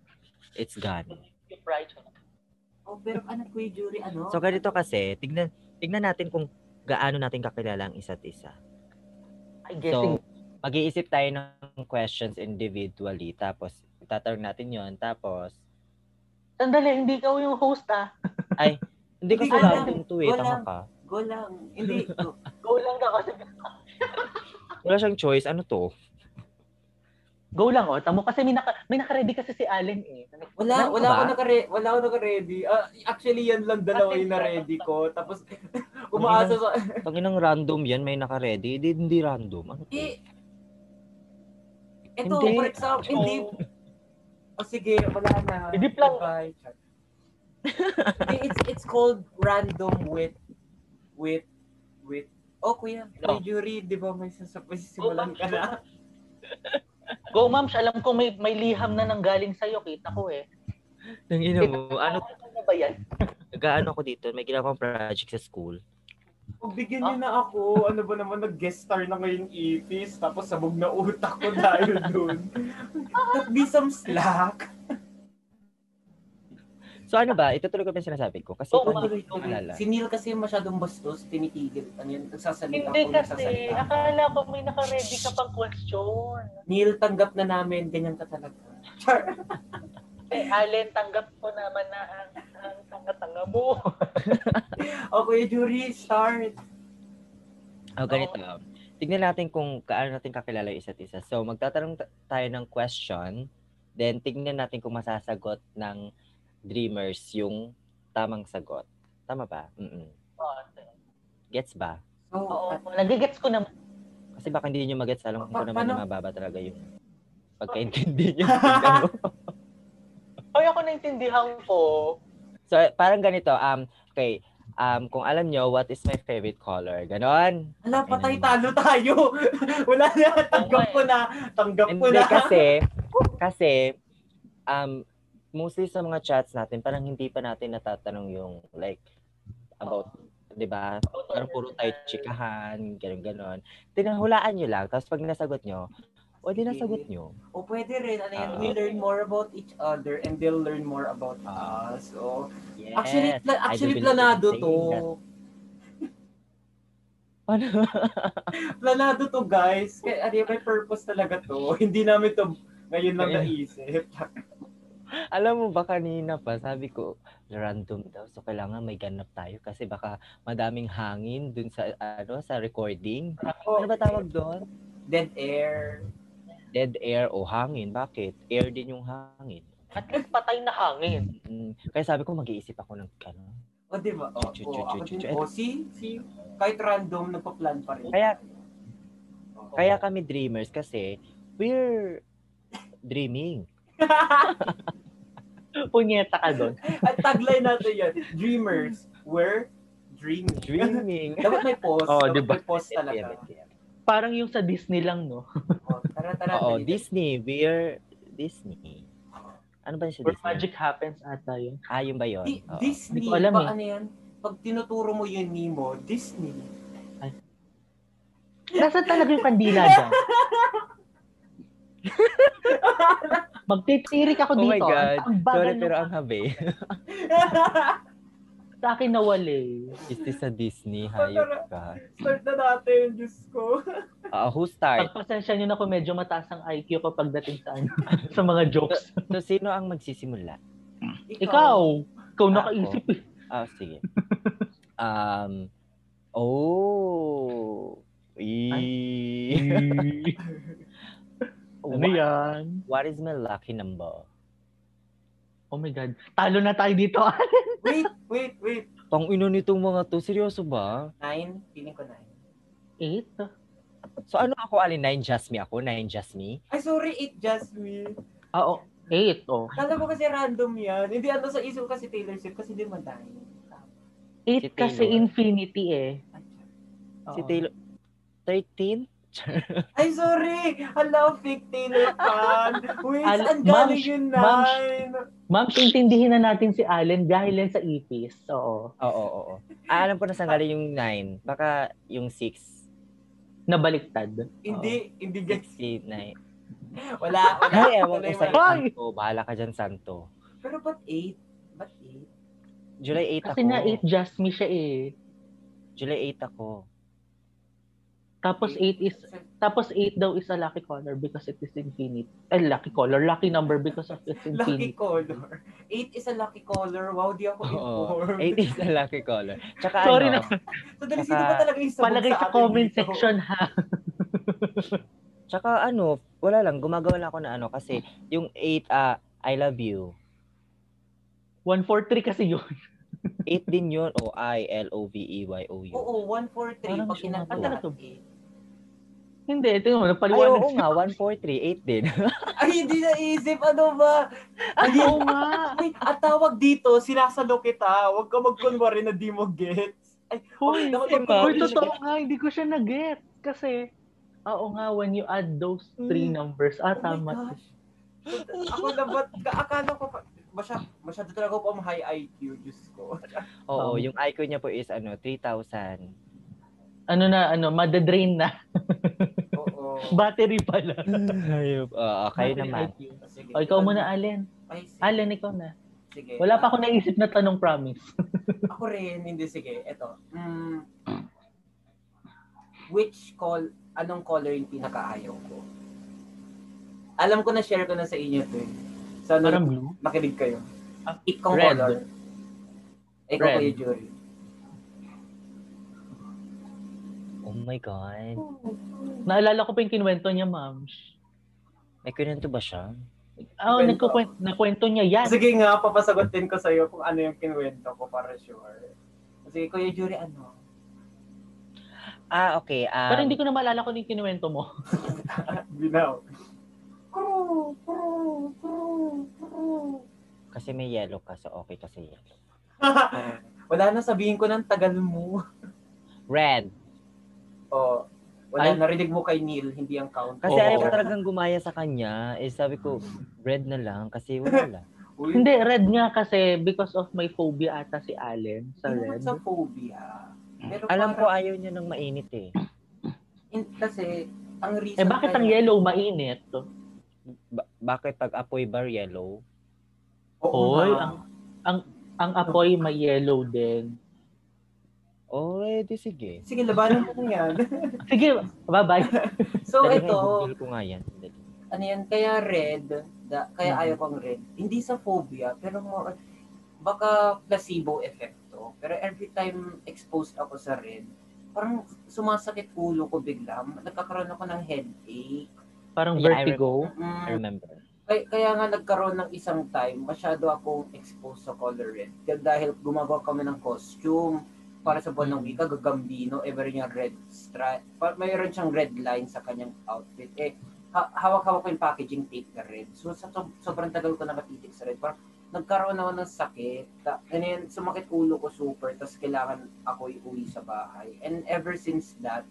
[SPEAKER 4] It's gone.
[SPEAKER 3] You pride ka.
[SPEAKER 2] Oh, pero ano po yung jury, ano?
[SPEAKER 4] So, ganito kasi, tignan, tignan natin kung gaano natin kakilala ang isa't isa.
[SPEAKER 3] I guess.
[SPEAKER 4] So, mag-iisip tayo ng questions individually, tapos itatanong natin yon tapos,
[SPEAKER 3] Sandali, hindi ka yung host ah.
[SPEAKER 4] hindi ko
[SPEAKER 2] Hindi,
[SPEAKER 4] sila
[SPEAKER 2] wala.
[SPEAKER 4] to eh, tanga
[SPEAKER 2] Wala.
[SPEAKER 4] ka.
[SPEAKER 2] Go lang. Hindi.
[SPEAKER 3] Go lang ka kasi.
[SPEAKER 4] Wala siyang choice, ano to?
[SPEAKER 3] Go lang oh. Tamo kasi may, naka, may naka-ready kasi si Allen eh.
[SPEAKER 2] Wala,
[SPEAKER 4] Meron
[SPEAKER 2] wala
[SPEAKER 4] ba?
[SPEAKER 2] ako naka wala ako naka-ready. Ah, actually, yan lang dalawa yung na-ready ko. Tapos, umaasa sa...
[SPEAKER 4] Pag inang random yan, may naka-ready, hindi, hindi random. Ano to?
[SPEAKER 2] Eh, Ito,
[SPEAKER 4] Hindi.
[SPEAKER 2] for example,
[SPEAKER 3] Oh.
[SPEAKER 2] hindi. O sige, wala na.
[SPEAKER 3] Hindi plan-
[SPEAKER 2] Goodbye. Hindi, it's it's called random with with with Oh, kuya, may jury, di ba may sasapay simulan ka na?
[SPEAKER 3] Go ma'am, alam ko may may liham na nanggaling sa'yo. Kita ko eh.
[SPEAKER 4] Nang ina mo, ano,
[SPEAKER 3] Ano ba yan?
[SPEAKER 4] gaano ako dito, may ginawang project sa school.
[SPEAKER 2] Huwag bigyan
[SPEAKER 3] Ah.
[SPEAKER 2] niyo na ako. Ano ba naman, nag-guest star na ngayong ipis. Tapos sabog na utak ko dahil dun. Don't be some slack.
[SPEAKER 4] So ano ba, itutuloy ko ba yung sinasabi ko? Kasi
[SPEAKER 3] Oo,
[SPEAKER 4] kung
[SPEAKER 3] ma'am.
[SPEAKER 4] hindi ko maalala.
[SPEAKER 2] Si Neil kasi masyadong bastos, tinitigil. Ano yun, nagsasalita
[SPEAKER 3] Hindi
[SPEAKER 2] ako,
[SPEAKER 3] kasi.
[SPEAKER 2] nagsasalita.
[SPEAKER 3] Akala ko may naka-ready ka pang question.
[SPEAKER 2] Neil, tanggap na namin, ganyan ka talaga.
[SPEAKER 3] Eh, Allen, tanggap ko naman na ang, ang tanga-tanga mo.
[SPEAKER 2] Okay, Oh, Jury, start.
[SPEAKER 4] Oh, ganito. Tignan natin kung kaano natin kakilala yung isa't isa. So, magtatanong ta- tayo ng question, then tignan natin kung masasagot ng dreamers yung tamang sagot. Tama ba? Mm-mm.
[SPEAKER 3] Oo,
[SPEAKER 4] Gets ba?
[SPEAKER 3] Oo,
[SPEAKER 2] So,
[SPEAKER 3] nagigets ko naman.
[SPEAKER 4] Kasi baka hindi nyo magets, alam ko
[SPEAKER 2] Pa-
[SPEAKER 4] naman
[SPEAKER 2] paano-
[SPEAKER 4] na mababa talaga yung pagkaintindi nyo. Tignan mo.
[SPEAKER 3] Ay, ako naintindihan ko.
[SPEAKER 4] so, parang ganito. Um, okay. Um, kung alam nyo, what is my favorite color? Ganon.
[SPEAKER 2] ala, patay talo tayo. Wala na, tanggap
[SPEAKER 3] eh.
[SPEAKER 2] ko na. Tanggap ko na.
[SPEAKER 4] Hindi kasi, kasi, um, mostly sa mga chats natin, parang hindi pa natin natatanong yung, like, about, di ba? Parang puro tayo chikahan, ganun ganon Tinahulaan nyo lang, tapos pag nasagot nyo, o di nasagot nyo.
[SPEAKER 2] O pwede rin, ano yan,
[SPEAKER 4] Ah.
[SPEAKER 2] we learn more about each other and they'll learn more about us. Oh. So,
[SPEAKER 4] Yes.
[SPEAKER 2] actually, pla-
[SPEAKER 4] I do
[SPEAKER 2] actually
[SPEAKER 4] believe in
[SPEAKER 2] planado
[SPEAKER 4] saying
[SPEAKER 2] to.
[SPEAKER 4] that. Ano?
[SPEAKER 2] Planado to, guys. Kaya, ano yan, may purpose talaga to. Hindi namin to ngayon lang
[SPEAKER 4] Ngayon.
[SPEAKER 2] naisip.
[SPEAKER 4] Alam mo ba kanina pa, sabi ko, random daw. So, kailangan may ganap tayo kasi baka madaming hangin dun sa, ano, sa recording.
[SPEAKER 2] Oh,
[SPEAKER 4] Ano ba tawag doon?
[SPEAKER 2] dead air.
[SPEAKER 4] dead air o hangin. Bakit? Air din yung hangin.
[SPEAKER 3] At least patay na hangin.
[SPEAKER 4] Mm, Kaya sabi ko, mag-iisip ako ng ano.
[SPEAKER 2] O, di ba? O,
[SPEAKER 4] Chu, chu,
[SPEAKER 2] o,
[SPEAKER 4] chu,
[SPEAKER 2] ako
[SPEAKER 4] chu,
[SPEAKER 2] din.
[SPEAKER 4] chu.
[SPEAKER 2] O, si, si, kahit random, nagpa-plan pa rin. Oh.
[SPEAKER 4] Kaya,
[SPEAKER 2] Oo.
[SPEAKER 4] kaya kami dreamers kasi we're dreaming.
[SPEAKER 3] Punyeta ka doon.
[SPEAKER 2] At tagline natin yan, dreamers, we're dreaming.
[SPEAKER 4] Dreaming.
[SPEAKER 2] Dapat may pause.
[SPEAKER 4] Oo,
[SPEAKER 2] Dapat
[SPEAKER 4] diba?
[SPEAKER 2] may pause talaga.
[SPEAKER 3] Parang yung sa Disney lang, no?
[SPEAKER 2] O, tara, tara.
[SPEAKER 4] Oo,
[SPEAKER 2] dali.
[SPEAKER 4] Disney. We're Disney. Ano ba yun sa
[SPEAKER 3] Where
[SPEAKER 4] Disney?
[SPEAKER 3] magic happens ata yun.
[SPEAKER 4] Ah, yun ba yun?
[SPEAKER 2] Di-
[SPEAKER 4] Oo.
[SPEAKER 2] Disney,
[SPEAKER 3] Hindi ko alam
[SPEAKER 2] pa,
[SPEAKER 3] eh.
[SPEAKER 2] ano yan? Pag tinuturo mo yung Nemo, Disney.
[SPEAKER 3] Nasaan talaga yung kandila dyan? Magtitirik ako
[SPEAKER 4] Oh my
[SPEAKER 3] dito. ah.
[SPEAKER 4] God.
[SPEAKER 3] Ang bagal
[SPEAKER 4] Sorry,
[SPEAKER 3] nung-
[SPEAKER 4] pero ang habi.
[SPEAKER 3] sa akin nawali.
[SPEAKER 4] Disney sa Disney. Hayop ka.
[SPEAKER 2] Start na natin, Diyos ko.
[SPEAKER 4] Ah, who start?
[SPEAKER 3] Pagpasensya nyo na kung medyo mataas ang IQ ko pagdating sa, ano, sa mga jokes.
[SPEAKER 4] So, sino ang magsisimula?
[SPEAKER 3] Ikaw, ikaw nakaisip eh.
[SPEAKER 4] Ah, sige. Um, oh. E-
[SPEAKER 3] ano
[SPEAKER 4] what,
[SPEAKER 3] yan?
[SPEAKER 4] what is my lucky number?
[SPEAKER 3] Oh my God. Talo na tayo dito.
[SPEAKER 2] Wait, wait, wait.
[SPEAKER 4] Pang ino nitong mga to, seryoso ba?
[SPEAKER 2] Nine? Piling ko nine.
[SPEAKER 3] Eight?
[SPEAKER 4] So ano ako, alin? Nine just me ako? Nine just me?
[SPEAKER 2] Ay, sorry, it just me.
[SPEAKER 3] Ah, oh. Eight, oh.
[SPEAKER 2] Kala ko kasi random yan. Hindi, ano sa isip ko kasi Taylor Swift kasi di mo nine.
[SPEAKER 3] Eight
[SPEAKER 4] Si Taylor.
[SPEAKER 3] kasi infinity eh.
[SPEAKER 4] Si
[SPEAKER 3] Oo.
[SPEAKER 4] Taylor, 13?
[SPEAKER 2] Ay, sorry! Hala, fake Taylor fan! Wait,
[SPEAKER 3] Al-
[SPEAKER 2] ang galing
[SPEAKER 3] Ma'am,
[SPEAKER 2] yung
[SPEAKER 3] Ma'am,
[SPEAKER 2] nine!
[SPEAKER 3] Ma'am, intindihin na natin si Allen dahil yan sa ipis. Oo.
[SPEAKER 4] Oo, oo, oo. Ah, alam ko na saan galing yung nine. Baka yung six.
[SPEAKER 3] Nabaliktad.
[SPEAKER 2] Hindi, hindi
[SPEAKER 4] Six,
[SPEAKER 2] gets.
[SPEAKER 4] eight, nine.
[SPEAKER 2] Wala, wala.
[SPEAKER 4] Ay,
[SPEAKER 2] Wala
[SPEAKER 4] ewan ko
[SPEAKER 2] yung
[SPEAKER 4] sa'yo,
[SPEAKER 2] wala.
[SPEAKER 3] Ay!
[SPEAKER 4] Santo. Bahala ka dyan, Santo.
[SPEAKER 2] Pero ba't eight? Ba't eight?
[SPEAKER 4] July 8 ako.
[SPEAKER 3] Kasi na eight just me siya eh.
[SPEAKER 4] July 8 ako.
[SPEAKER 3] Tapos eight is tapos eight daw is a lucky color because it is infinite. Eh, lucky color, lucky number because of its
[SPEAKER 2] Lucky
[SPEAKER 3] infinite.
[SPEAKER 2] color. Eight is a lucky color. Wow, di ako
[SPEAKER 4] Oo.
[SPEAKER 2] informed.
[SPEAKER 4] 8 is a lucky color. Tsaka
[SPEAKER 3] Sorry
[SPEAKER 4] ano,
[SPEAKER 3] na,
[SPEAKER 2] So, dali,
[SPEAKER 4] Saka-
[SPEAKER 2] sino ba talaga yung sabog
[SPEAKER 3] palagay sa
[SPEAKER 2] atin
[SPEAKER 3] comment
[SPEAKER 2] dito?
[SPEAKER 3] section ha.
[SPEAKER 4] Tsaka ano, wala lang, gumagawa lang ako na ano kasi yung 8, ah, I love you.
[SPEAKER 3] 143 kasi yun.
[SPEAKER 4] 8 din yun, o E, I-L-O-V-E-Y-O-U.
[SPEAKER 2] Oo, one, four, three.
[SPEAKER 4] Parang
[SPEAKER 2] Pag
[SPEAKER 4] siya
[SPEAKER 2] kinanta
[SPEAKER 3] nga to.
[SPEAKER 2] at eight.
[SPEAKER 3] Hindi, ito yun.
[SPEAKER 4] Ay, oo
[SPEAKER 3] Nagpaliwanag si-
[SPEAKER 4] nga, 143, 8 din.
[SPEAKER 2] Ay, hindi naisip. Ano ba? Hindi.
[SPEAKER 3] Oo nga.
[SPEAKER 2] Ay, at tawag dito, sinasalo kita. Huwag ka magkunwari na di mo gets. Ay,
[SPEAKER 3] Hoy,
[SPEAKER 2] dapat
[SPEAKER 4] si
[SPEAKER 2] magkunwari
[SPEAKER 3] Hoy,
[SPEAKER 2] na-
[SPEAKER 3] totoo nga, hindi ko siya na-get. Kasi, oo nga, when you add those three numbers, ah,
[SPEAKER 2] Oh my
[SPEAKER 3] tama.
[SPEAKER 2] gosh. Ako na ba't, akala ko, pa- masyado, masyado talaga ako pang high IQ, Diyos ko.
[SPEAKER 3] Oo.
[SPEAKER 4] Oo, yung icon niya po is ano, 3,000.
[SPEAKER 3] Ano na, ano, madadrain na.
[SPEAKER 2] Oo.
[SPEAKER 3] Battery pala.
[SPEAKER 4] Hayop. Oo, kayo
[SPEAKER 3] Battery
[SPEAKER 4] naman.
[SPEAKER 3] IQ.
[SPEAKER 2] Sige,
[SPEAKER 3] O, ikaw
[SPEAKER 2] ano-
[SPEAKER 3] muna, Allen.
[SPEAKER 2] Ay, sige.
[SPEAKER 3] Allen, ikaw na.
[SPEAKER 2] Sige.
[SPEAKER 3] Wala pa ako naisip na tanong, promise.
[SPEAKER 2] Ako rin, hindi, sige. Eto. Mm,
[SPEAKER 4] Hmm.
[SPEAKER 2] which call, anong color yung pinakaayaw ko? Alam
[SPEAKER 6] ano,
[SPEAKER 2] ko na share ko na sa inyo to eh. Sana
[SPEAKER 3] Parang blue.
[SPEAKER 2] nakinig kayo.
[SPEAKER 3] Ah,
[SPEAKER 2] Ikong
[SPEAKER 4] red.
[SPEAKER 2] color.
[SPEAKER 6] Ikaw
[SPEAKER 4] Red.
[SPEAKER 6] kayo, Jury.
[SPEAKER 4] Oh my God.
[SPEAKER 3] Naalala ko pa yung kinuwento niya, ma'am.
[SPEAKER 4] May kunento ba siya?
[SPEAKER 3] Oh,
[SPEAKER 6] Kwento.
[SPEAKER 3] nagkukwento, nakwento niya yan.
[SPEAKER 6] Sige nga, papasagutin ko sa'yo kung ano yung kinuwento ko para sure. Sige, Kuya Jury, ano?
[SPEAKER 4] Ah, okay. Um,
[SPEAKER 3] Pero hindi ko na maalala kung ano yung kinuwento mo. oh.
[SPEAKER 6] Binaw.
[SPEAKER 4] Kasi may yellow ka, so okay kasi yellow.
[SPEAKER 6] wala na sabihin ko ng tagal mo.
[SPEAKER 4] Red.
[SPEAKER 6] O, wala,
[SPEAKER 3] Ay.
[SPEAKER 6] narinig mo kay Neil, hindi ang count.
[SPEAKER 4] Kasi
[SPEAKER 3] Oo.
[SPEAKER 4] ayaw ko talagang gumaya sa kanya. Eh, sabi ko, red na lang kasi wala lang.
[SPEAKER 6] Uy,
[SPEAKER 3] Hindi, red nga kasi because of my phobia ata si Allen sa
[SPEAKER 6] hindi naman
[SPEAKER 3] red.
[SPEAKER 6] sa phobia. Pero
[SPEAKER 4] Alam ko
[SPEAKER 6] parang-
[SPEAKER 4] ayaw niya ng mainit eh.
[SPEAKER 6] in- kasi, ang reason
[SPEAKER 3] Eh bakit ang
[SPEAKER 6] kaya-
[SPEAKER 3] yellow mainit?
[SPEAKER 4] Ba- bakit pag apoy bar yellow?
[SPEAKER 6] Oo
[SPEAKER 3] Hoy,
[SPEAKER 6] nga.
[SPEAKER 3] ang ang apoy may yellow din.
[SPEAKER 4] Oh, eh, di sige.
[SPEAKER 6] Sige, labanan mo na yan.
[SPEAKER 3] Sige, bye-bye.
[SPEAKER 6] so,
[SPEAKER 4] Dali nga,
[SPEAKER 6] ito,
[SPEAKER 4] i-google ko nga yan. Dali.
[SPEAKER 6] ano yan, kaya red, da, kaya
[SPEAKER 3] Mhm.
[SPEAKER 6] ayaw kong red. Hindi sa phobia, pero more, baka placebo effect to. Pero every time exposed ako sa red, parang sumasakit ulo ko bigla. Nagkakaroon ako ng headache.
[SPEAKER 3] Parang
[SPEAKER 4] Yeah, I
[SPEAKER 3] vertigo.
[SPEAKER 4] I
[SPEAKER 6] Mm,
[SPEAKER 4] remember.
[SPEAKER 6] kaya, kaya nga nagkaroon ng isang time, masyado akong exposed sa color red. Kaya dahil gumagawa kami ng costume, para sa buwan ng
[SPEAKER 3] Mhm.
[SPEAKER 6] wika, gagambino, eh, meron niyang red stripe. Mayroon siyang red line sa kanyang outfit. Eh, ha- hawak-hawak ko yung packaging tape na red. So, sa so, sobrang tagal ko nakatitig sa red. Parang nagkaroon ako ng sakit. Ta- And then, sumakit ulo ko super. Tapos, kailangan ako iuwi sa bahay. And ever since that,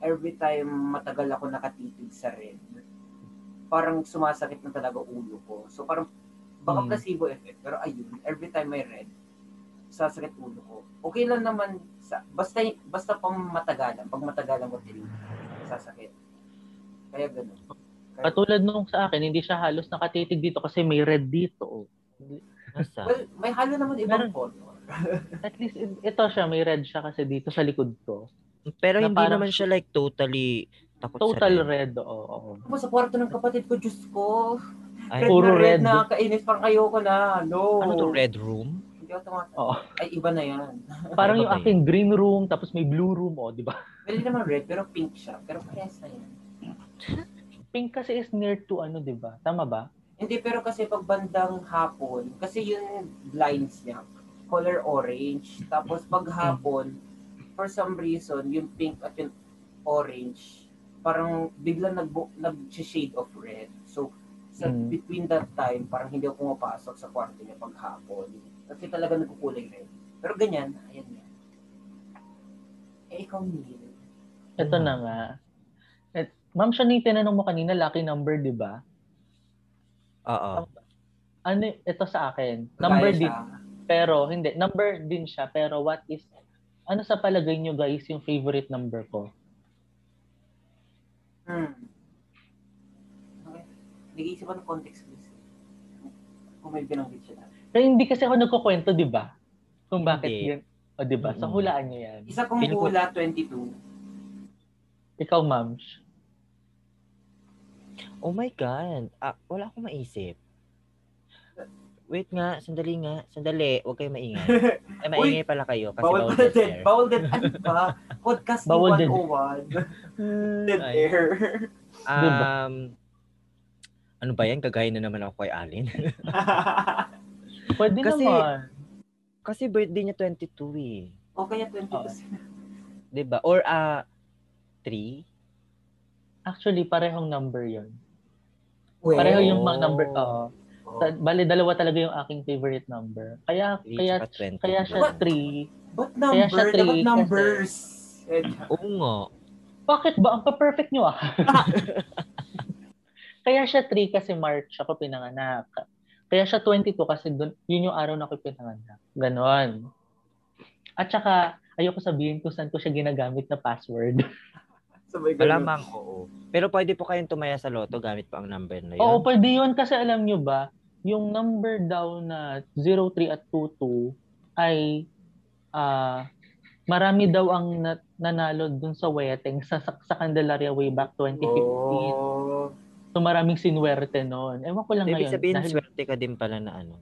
[SPEAKER 6] every time matagal ako nakatitig sa red, parang sumasakit na talaga ulo ko. So, parang baka
[SPEAKER 3] Mm.
[SPEAKER 6] placebo effect. Pero ayun, every time may red, sasakit ulo ko. Okay lang naman sa basta basta pang matagalan, pag matagalan ko din sasakit. Kaya ganoon. Kaya,
[SPEAKER 3] Katulad nung sa akin, hindi siya halos nakatitig dito kasi may red dito. Ah.
[SPEAKER 4] Nasa?
[SPEAKER 6] well, may halo naman
[SPEAKER 3] Meron.
[SPEAKER 6] ibang color.
[SPEAKER 3] At least i- ito siya, may red siya kasi dito sa likod ko.
[SPEAKER 4] Pero
[SPEAKER 3] na
[SPEAKER 4] hindi
[SPEAKER 3] parang-
[SPEAKER 4] naman siya like totally takot sa
[SPEAKER 3] Total red, oo. oo.
[SPEAKER 6] Ako sa kwarto ng kapatid ko, Diyos ko.
[SPEAKER 4] Ay,
[SPEAKER 6] Red
[SPEAKER 3] puro
[SPEAKER 6] na red,
[SPEAKER 3] red.
[SPEAKER 6] na, kainis parang ayoko na. No.
[SPEAKER 4] Ano to, red room?
[SPEAKER 6] Hindi ako tumata-
[SPEAKER 3] Oo.
[SPEAKER 6] Ay, iba na yan.
[SPEAKER 3] Parang
[SPEAKER 4] Ano
[SPEAKER 3] yung
[SPEAKER 4] ba yun?
[SPEAKER 3] aking green room, tapos may blue room, oh, di ba?
[SPEAKER 6] Pwede naman red, pero pink siya. Pero parehas na yan.
[SPEAKER 3] Pink kasi is near to ano, di ba? Tama ba?
[SPEAKER 6] Hindi, pero kasi pag bandang hapon, kasi yun blinds niya, color orange. Tapos pag hapon, for some reason, yung pink at yung orange, parang bigla nag nag-shade of red. So, sa
[SPEAKER 3] Mm.
[SPEAKER 6] between that time, parang hindi ako pumapasok sa kwarto niya pag hapon. Kasi talaga nagkukulay red. Pero ganyan, ayan yan. Eh, ikaw, Neil.
[SPEAKER 3] Ito
[SPEAKER 4] Hmm.
[SPEAKER 3] na nga. Et, ma'am, siya na yung tinanong mo kanina, lucky number, di ba?
[SPEAKER 4] Oo.
[SPEAKER 6] Oh.
[SPEAKER 3] Ano, ito sa akin.
[SPEAKER 6] Kagaya
[SPEAKER 3] Number
[SPEAKER 6] siya.
[SPEAKER 3] din, pero hindi. Number din siya, pero what is, ano sa palagay nyo guys yung favorite number ko?
[SPEAKER 6] Hmm. Okay. Nag-iisip ako ng context please. Kung may binanggit siya na.
[SPEAKER 3] Pero hindi kasi ako nagkukwento, di ba? Kung bakit
[SPEAKER 4] Hindi.
[SPEAKER 3] yun. O, di ba? So,
[SPEAKER 4] Mm-mm.
[SPEAKER 3] hulaan nyo yan.
[SPEAKER 6] Isa kong
[SPEAKER 4] Feeling ko-
[SPEAKER 6] hula, 22.
[SPEAKER 3] Ikaw, ma'am.
[SPEAKER 4] Oh my God. Ah, wala akong maisip. Wait nga, sandali nga, sandali. Huwag kayo maingay. Ay, maingay pala kayo kasi
[SPEAKER 6] bawal
[SPEAKER 4] bawal
[SPEAKER 6] pala
[SPEAKER 4] dead
[SPEAKER 6] dead.
[SPEAKER 4] air.
[SPEAKER 6] Bawal dead. Ano ba? Podcast
[SPEAKER 3] Bawal dead.
[SPEAKER 6] 101. Dead
[SPEAKER 4] Ay.
[SPEAKER 6] air.
[SPEAKER 3] Diba?
[SPEAKER 4] Um, ano ba yan? Kagaya na naman ako kay Alin.
[SPEAKER 3] Pwede
[SPEAKER 4] Kasi-
[SPEAKER 3] naman.
[SPEAKER 4] kasi birthday niya 22 eh.
[SPEAKER 6] o kaya 22.
[SPEAKER 3] Oo.
[SPEAKER 4] Diba? Or ah, 3?
[SPEAKER 3] Actually, parehong number yun.
[SPEAKER 6] Well,
[SPEAKER 3] Pareho yung
[SPEAKER 4] Oh.
[SPEAKER 3] mga number. Oo.
[SPEAKER 6] oh.
[SPEAKER 3] Ta- Bali, dalawa talaga yung aking favorite number. Kaya,
[SPEAKER 4] 3
[SPEAKER 3] kaya,
[SPEAKER 4] tsaka 22.
[SPEAKER 3] kaya siya
[SPEAKER 6] What?
[SPEAKER 3] 3.
[SPEAKER 6] Ba't
[SPEAKER 3] kaya siya
[SPEAKER 6] number?
[SPEAKER 3] three
[SPEAKER 6] Dapat
[SPEAKER 3] kasi-
[SPEAKER 6] numbers. Eh,
[SPEAKER 4] Oo nga.
[SPEAKER 3] Bakit ba? Ang pa-perfect nyo ah. kaya siya 3 kasi March ako pinanganak. Kaya siya 22 kasi dun, yun yung araw na ako pinanganak. Ganon. At saka, ayoko sabihin kung saan ko siya ginagamit na password.
[SPEAKER 6] sabay ganun.
[SPEAKER 4] Malamang, oo. Pero pwede po kayong tumaya sa loto gamit pa ang number na yun.
[SPEAKER 3] Oo, pwede yun kasi alam nyo ba, yung number daw na 03 at 22 ay ah marami daw ang na- nanalo dun sa weteng sa, sa, sa Candelaria way back 2015.
[SPEAKER 6] Oh.
[SPEAKER 3] So maraming sinwerte noon. Ewan ko lang
[SPEAKER 4] So, ibig
[SPEAKER 3] ngayon.
[SPEAKER 4] sabihin,
[SPEAKER 3] dahil
[SPEAKER 4] swerte ka din pala na ano,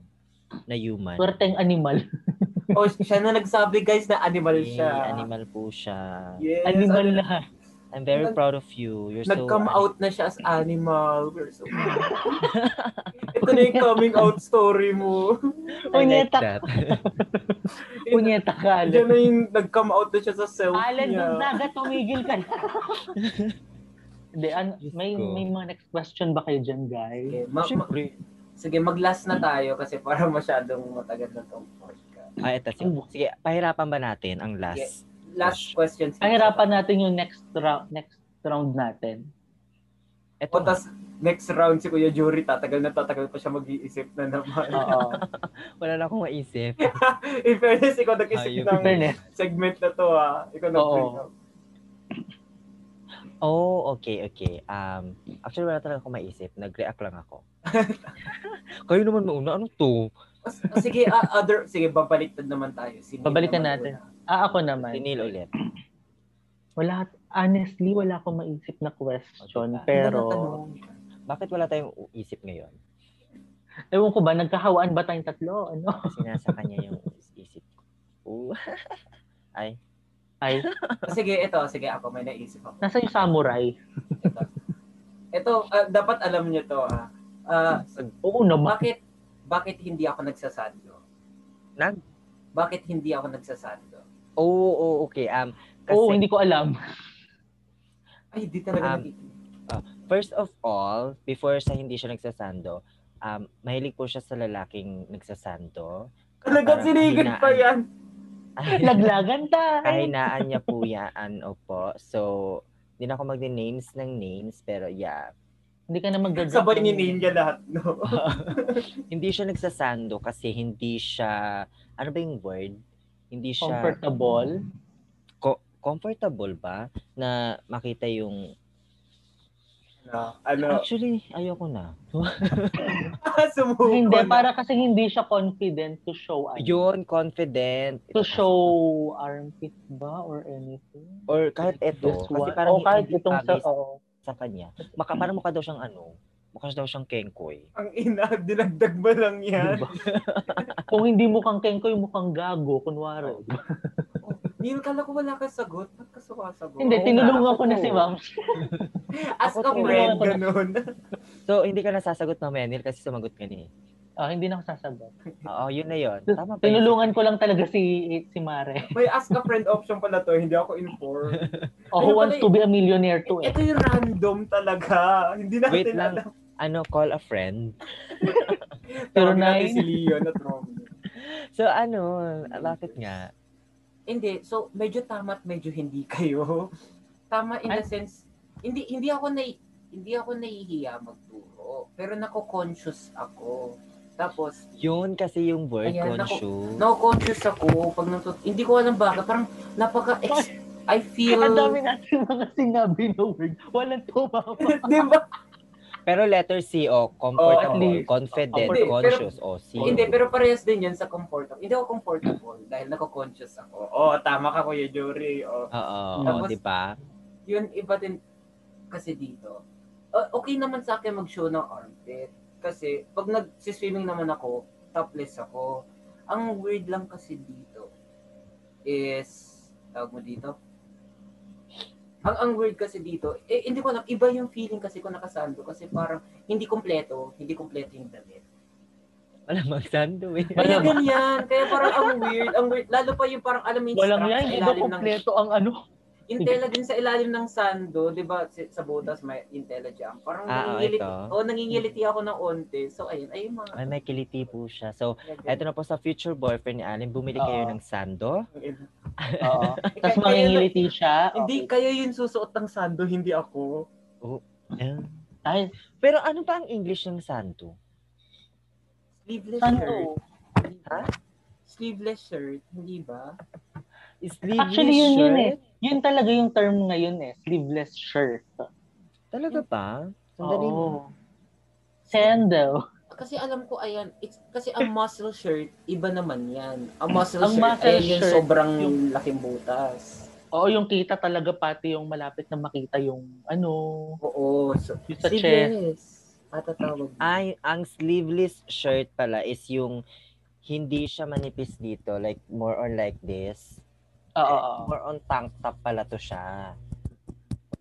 [SPEAKER 4] na human.
[SPEAKER 3] swerteng animal.
[SPEAKER 2] Oh, siya na nagsabi guys na animal
[SPEAKER 4] Yay,
[SPEAKER 2] siya.
[SPEAKER 4] animal po siya.
[SPEAKER 2] Yes,
[SPEAKER 3] Animal
[SPEAKER 2] ano-
[SPEAKER 3] lahat.
[SPEAKER 4] I'm very
[SPEAKER 2] Nag-
[SPEAKER 4] proud of you. You're so ano.
[SPEAKER 2] Nag-come out na siya as animal. We're so Ito na yung coming out story mo.
[SPEAKER 3] Punyeta ka.
[SPEAKER 2] Yun-
[SPEAKER 3] Punyeta ka.
[SPEAKER 2] Diyan na yung nag-come out na siya sa self
[SPEAKER 3] Alan
[SPEAKER 2] niya.
[SPEAKER 3] Gonzaga, tumigil ka na. Hindi, an-
[SPEAKER 4] Diyos
[SPEAKER 3] may,
[SPEAKER 4] ko.
[SPEAKER 3] may mga next question ba kayo dyan, guys?
[SPEAKER 2] Okay, ma- ma-
[SPEAKER 4] Siyempre.
[SPEAKER 2] sige, mag-last na tayo kasi para masyadong matagal na tong podcast.
[SPEAKER 4] Ah, eto. Sige, sige, pahirapan ba natin ang last?
[SPEAKER 2] Last question.
[SPEAKER 3] Pahirapan natin yung next round next round natin.
[SPEAKER 4] Eto.
[SPEAKER 2] O tas next round si Kuya Jury, tatagal na tatagal pa siya mag-iisip na naman.
[SPEAKER 3] Oo.
[SPEAKER 4] wala na akong maisip.
[SPEAKER 2] In fairness, ikaw nag-isip
[SPEAKER 4] Ayun.
[SPEAKER 3] In
[SPEAKER 2] ng
[SPEAKER 3] fairness.
[SPEAKER 2] segment na to ha. Ikaw nag-bring up.
[SPEAKER 4] Oh, okay, okay. Um, actually, wala talaga akong maisip. Nag-react lang ako. Kayo naman mauna. Ano to?
[SPEAKER 2] O, sige, ah, other, sige, babaliktad naman tayo. Sige,
[SPEAKER 3] Babalikan
[SPEAKER 2] naman
[SPEAKER 3] natin.
[SPEAKER 2] una.
[SPEAKER 3] Ah, ako naman.
[SPEAKER 4] Si Neil ulit.
[SPEAKER 3] Wala, honestly, wala akong maisip na question.
[SPEAKER 4] Okay.
[SPEAKER 3] Pero,
[SPEAKER 4] Bakit wala tayong isip ngayon?
[SPEAKER 3] ewan ko ba, nagkahawaan ba tayong tatlo? Ano?
[SPEAKER 4] Kasi nasa kanya yung isip ko. Ooh. Ay,
[SPEAKER 3] Ay,
[SPEAKER 2] O, sige, ito, sige, ako may naisip ako.
[SPEAKER 3] nasa yung samurai.
[SPEAKER 2] Ito, ito ah, dapat alam niyo to ha. Ah,
[SPEAKER 3] Oo naman.
[SPEAKER 2] bakit, bakit hindi ako nagsasadlo?
[SPEAKER 4] Nag-
[SPEAKER 2] Bakit hindi ako nagsasadlo?
[SPEAKER 4] oo, oh, okay. Um, kasi
[SPEAKER 3] Oo, hindi ko alam.
[SPEAKER 2] Ay, di talaga
[SPEAKER 4] Um,
[SPEAKER 2] nakikinig.
[SPEAKER 4] first of all, before sa hindi siya nagsasando, um, mahilig po siya sa lalaking nagsasando.
[SPEAKER 2] Talagang
[SPEAKER 4] parang
[SPEAKER 2] sinigit pa
[SPEAKER 4] hinaan.
[SPEAKER 2] yan.
[SPEAKER 4] Ay,
[SPEAKER 3] Laglagan tayo.
[SPEAKER 4] kahinaan niya po yan, opo. So, hindi na ako mag-names ng names, pero yeah.
[SPEAKER 3] Hindi ka na magdadrop.
[SPEAKER 2] Sabay
[SPEAKER 3] ng-
[SPEAKER 2] ni Ninja lahat, no?
[SPEAKER 4] Hindi siya nagsasando kasi hindi siya, ano ba yung word? Hindi siya
[SPEAKER 3] Comfortable.
[SPEAKER 2] Mm.
[SPEAKER 4] co- comfortable ba na makita yung,
[SPEAKER 2] No, ano,
[SPEAKER 4] actually, ayoko na.
[SPEAKER 2] sumuko
[SPEAKER 3] hindi,
[SPEAKER 2] na.
[SPEAKER 3] para kasi hindi siya confident to show ano,
[SPEAKER 4] Yun, confident.
[SPEAKER 3] to show armpit ba or anything.
[SPEAKER 4] Or kahit
[SPEAKER 3] This
[SPEAKER 4] ito. Kasi
[SPEAKER 3] one.
[SPEAKER 4] parang
[SPEAKER 3] o kahit
[SPEAKER 4] hindi
[SPEAKER 3] itong sa,
[SPEAKER 4] bagay
[SPEAKER 3] oo.
[SPEAKER 4] sa kanya. Maka, parang mukha daw siyang ano, mukha daw siyang kengkoy.
[SPEAKER 2] Ang ina, dinagdag ba lang yan?
[SPEAKER 3] Diba? Kung hindi mukhang kengkoy, mukhang gago, kunwari.
[SPEAKER 2] Neil, kala ko wala kang sagot. Ba't ka sumasagot?
[SPEAKER 3] hindi,
[SPEAKER 4] Oo,
[SPEAKER 3] tinulungan
[SPEAKER 4] ako
[SPEAKER 3] ko na
[SPEAKER 4] to.
[SPEAKER 3] si ma'am.
[SPEAKER 2] As of
[SPEAKER 4] Ako to.
[SPEAKER 2] red, ganun.
[SPEAKER 4] So, hindi ka nasasagot mamaya, Neil, kasi sumagot ka ni.
[SPEAKER 3] Ah, hindi na ako sasagot.
[SPEAKER 4] Oo, yun na yun. Tama ba? yun?
[SPEAKER 3] Tinulungan ko lang talaga si si Mare.
[SPEAKER 2] May ask a friend option pala to, hindi ako informed.
[SPEAKER 3] Oh,
[SPEAKER 2] Ayun
[SPEAKER 3] who wants
[SPEAKER 2] pala
[SPEAKER 3] to be a millionaire too eh.
[SPEAKER 2] Ito yung random talaga. Hindi natin
[SPEAKER 4] Wait lang.
[SPEAKER 2] alam.
[SPEAKER 4] Ano, call a friend.
[SPEAKER 2] Tawagin
[SPEAKER 3] Pero
[SPEAKER 2] natin
[SPEAKER 3] nine.
[SPEAKER 2] si Leon at Romeo.
[SPEAKER 4] So, ano, bakit nga?
[SPEAKER 2] Hindi, so medyo tama at medyo hindi kayo. Tama in the sense, hindi hindi ako na hindi ako nahihiya magturo, pero nako-conscious ako. Tapos
[SPEAKER 4] Yun kasi yung word,
[SPEAKER 2] Ayan, ako.
[SPEAKER 4] conscious.
[SPEAKER 2] nako-conscious ako pag nang hindi ko alam bakit parang napaka ex- I feel
[SPEAKER 3] Ang dami natin mga sinabi na word. Walang tumama.
[SPEAKER 2] Di ba?
[SPEAKER 4] Pero letter C, o, comfortable,
[SPEAKER 3] least.
[SPEAKER 4] confident,
[SPEAKER 3] Oh, Hindi, pero-
[SPEAKER 4] conscious, o, C.
[SPEAKER 2] Hindi, pero parehas din yan sa comfortable. Hindi ako comfortable dahil nako-conscious ako. Oo, tama ka Kuya Jory. Oo.
[SPEAKER 4] Oo,
[SPEAKER 2] Tapos-
[SPEAKER 4] di ba?
[SPEAKER 2] yun iba din kasi dito. O- okay naman sa akin mag-show ng armpit. Kasi pag nag-swimming naman ako, topless ako. Ang weird lang kasi dito is, tawag mo dito? Ang, ang weird kasi dito, eh, hindi ko alam, iba yung feeling kasi ko nakasando kasi parang hindi kompleto, hindi kompleto yung damit.
[SPEAKER 4] Wala magsando eh.
[SPEAKER 2] Kaya
[SPEAKER 3] Malamang.
[SPEAKER 2] ganyan, kaya parang ang weird, ang weird, lalo pa yung parang alam mo yung
[SPEAKER 3] Walang
[SPEAKER 2] strap
[SPEAKER 3] yan.
[SPEAKER 2] sa
[SPEAKER 3] Hindi
[SPEAKER 2] ilalim ng
[SPEAKER 3] kompleto ang ano.
[SPEAKER 2] Intella din sa ilalim ng sando, 'di ba? Sa, sa butas may Intella jam. Parang
[SPEAKER 4] Ah, oo,
[SPEAKER 2] nangingiliti.
[SPEAKER 4] ito.
[SPEAKER 2] Oh, nangingiliti ako ng onte. So ayun, ayun mga
[SPEAKER 4] Ay, may kiliti po siya. So,
[SPEAKER 2] Ganyan.
[SPEAKER 4] eto na po sa future boyfriend ni Alin, bumili kayo
[SPEAKER 3] Oo.
[SPEAKER 4] ng sando.
[SPEAKER 3] Oo.
[SPEAKER 2] Eh,
[SPEAKER 3] Tapos
[SPEAKER 2] kayo-
[SPEAKER 3] mangingiliti siya.
[SPEAKER 2] Hindi kayo yung susuot ng sando, hindi ako.
[SPEAKER 4] Eh,
[SPEAKER 3] Ay,
[SPEAKER 4] Pero ano pa ang English ng sando?
[SPEAKER 2] Sleeveless shirt.
[SPEAKER 3] sando.
[SPEAKER 2] Ha? Sleeveless shirt, hindi ba?
[SPEAKER 4] Sleeveless
[SPEAKER 3] Actually, yun yun eh.
[SPEAKER 4] shirt?
[SPEAKER 3] Yun talaga yung term ngayon eh. Sleeveless shirt.
[SPEAKER 4] Talaga ba? Ang galing.
[SPEAKER 3] Oo. Sando.
[SPEAKER 2] Kasi alam ko ayan, it's kasi ang muscle shirt, iba naman 'yan. Ang muscle
[SPEAKER 3] Ang
[SPEAKER 2] shirt,
[SPEAKER 3] muscle
[SPEAKER 2] ayan yung
[SPEAKER 3] shirt,
[SPEAKER 2] sobrang
[SPEAKER 3] yung-
[SPEAKER 2] laking butas.
[SPEAKER 3] Oo, yung kita talaga pati yung malapit na makita yung ano.
[SPEAKER 2] Oo, so,
[SPEAKER 3] Yung sa chest.
[SPEAKER 4] Ah.
[SPEAKER 2] sleeveless. Matatawag.
[SPEAKER 4] Ay, ang sleeveless shirt pala is yung hindi siya manipis dito. Like, more on like this.
[SPEAKER 3] Oo. oo.
[SPEAKER 4] More on tank top pala to siya.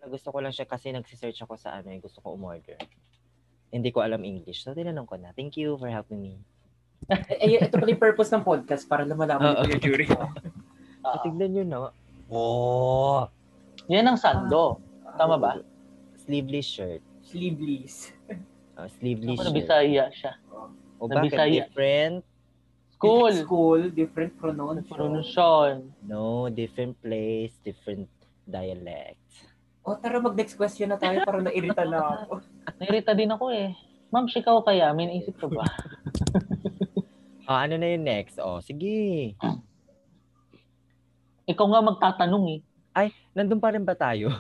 [SPEAKER 4] Gusto ko lang siya kasi nagsisearch ako sa ano, eh, gusto ko umorder. Hindi ko alam English. So, tinanong ko na. Thank you for helping me.
[SPEAKER 2] Eh, eh, ito pala yung purpose ng podcast para lumalaman
[SPEAKER 1] Oo.
[SPEAKER 2] nito yung jury.
[SPEAKER 3] Oo.
[SPEAKER 4] Uh, Tignan nyo, no? Oh!
[SPEAKER 3] Yan ang sando. Tama ba?
[SPEAKER 4] Sleeveless shirt.
[SPEAKER 2] Sleeveless.
[SPEAKER 4] Oh, sleeveless
[SPEAKER 3] Ako
[SPEAKER 4] shirt.
[SPEAKER 3] nabisaya siya.
[SPEAKER 4] O bakit
[SPEAKER 3] nabisaya.
[SPEAKER 4] different?
[SPEAKER 3] School.
[SPEAKER 2] School, different pronunciation.
[SPEAKER 3] Pronunciation.
[SPEAKER 4] No, different place, different dialect.
[SPEAKER 2] O Oh, tara mag-next question na tayo para nairita na ako.
[SPEAKER 3] Nairita din ako eh. Ma'am, sikaw kaya? May naisip ka ba?
[SPEAKER 4] Oh, ano na yung next? Oh, sige.
[SPEAKER 3] Ikaw nga magtatanong eh.
[SPEAKER 4] Nandun pa rin ba tayo?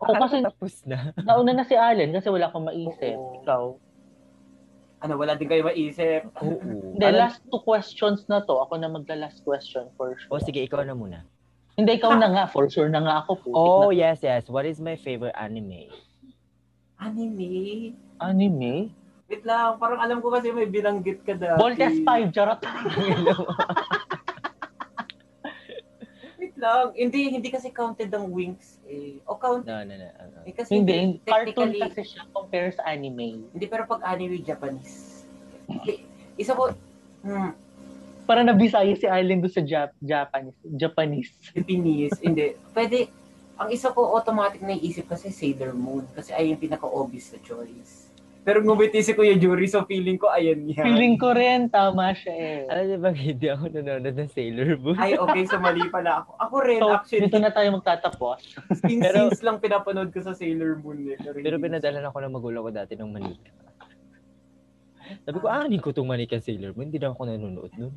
[SPEAKER 3] Ako
[SPEAKER 4] Akala ko
[SPEAKER 3] Oh, kasi-
[SPEAKER 4] Tapos na.
[SPEAKER 3] Nauna na si Allen kasi wala akong maisip.
[SPEAKER 2] Oo.
[SPEAKER 3] Ikaw.
[SPEAKER 2] Ano, wala din kayo maisip.
[SPEAKER 4] Oo.
[SPEAKER 3] Hindi,
[SPEAKER 4] Alam-
[SPEAKER 3] last two questions na to. Ako na magla-last question for sure.
[SPEAKER 4] Oh, sige, ikaw na muna.
[SPEAKER 3] Hindi, ikaw na nga. For sure na nga ako. Putik
[SPEAKER 4] Oh,
[SPEAKER 3] na.
[SPEAKER 4] yes, yes. What is my favorite anime?
[SPEAKER 2] Anime?
[SPEAKER 3] Anime?
[SPEAKER 2] Wait lang, parang alam ko kasi may binanggit ka dati.
[SPEAKER 3] Voltes 5, charot.
[SPEAKER 2] Wait lang. Hindi, hindi kasi counted ang wings. Eh. O count.
[SPEAKER 4] No, no, no. ano.
[SPEAKER 2] Eh, kasi
[SPEAKER 3] Hindi, cartoon
[SPEAKER 2] technically-
[SPEAKER 3] kasi siya compare sa anime.
[SPEAKER 2] Hindi, pero pag anime, Japanese. Eh, Isa ko, hmm,
[SPEAKER 3] Para nabisaya si Allen doon sa Jap- Japanese. Japanese.
[SPEAKER 2] Japanese, hindi. Pwede, ang isa ko automatic na iisip kasi Sailor Moon. Kasi ayun yung pinaka-obvious na choice. Pero ngumitisi ko yung jury, so feeling ko ayan yan.
[SPEAKER 3] Feeling ko rin, tama siya eh.
[SPEAKER 4] Alam niyo ba, hindi ako nanonood ng Sailor Moon.
[SPEAKER 2] Ay, okay, so mali pala ako. Ako rin,
[SPEAKER 3] So,
[SPEAKER 2] actually.
[SPEAKER 3] dito na tayo magtatapos.
[SPEAKER 2] Since,
[SPEAKER 4] Pero-
[SPEAKER 2] since lang pinapanood ko sa Sailor Moon. Eh, pero
[SPEAKER 4] Pero
[SPEAKER 2] hindi-
[SPEAKER 4] pinadala na ako ng magulang ko dati ng manika. Sabi ko, ah, hindi ko itong manika Sailor Moon. Hindi na ako nanonood nun.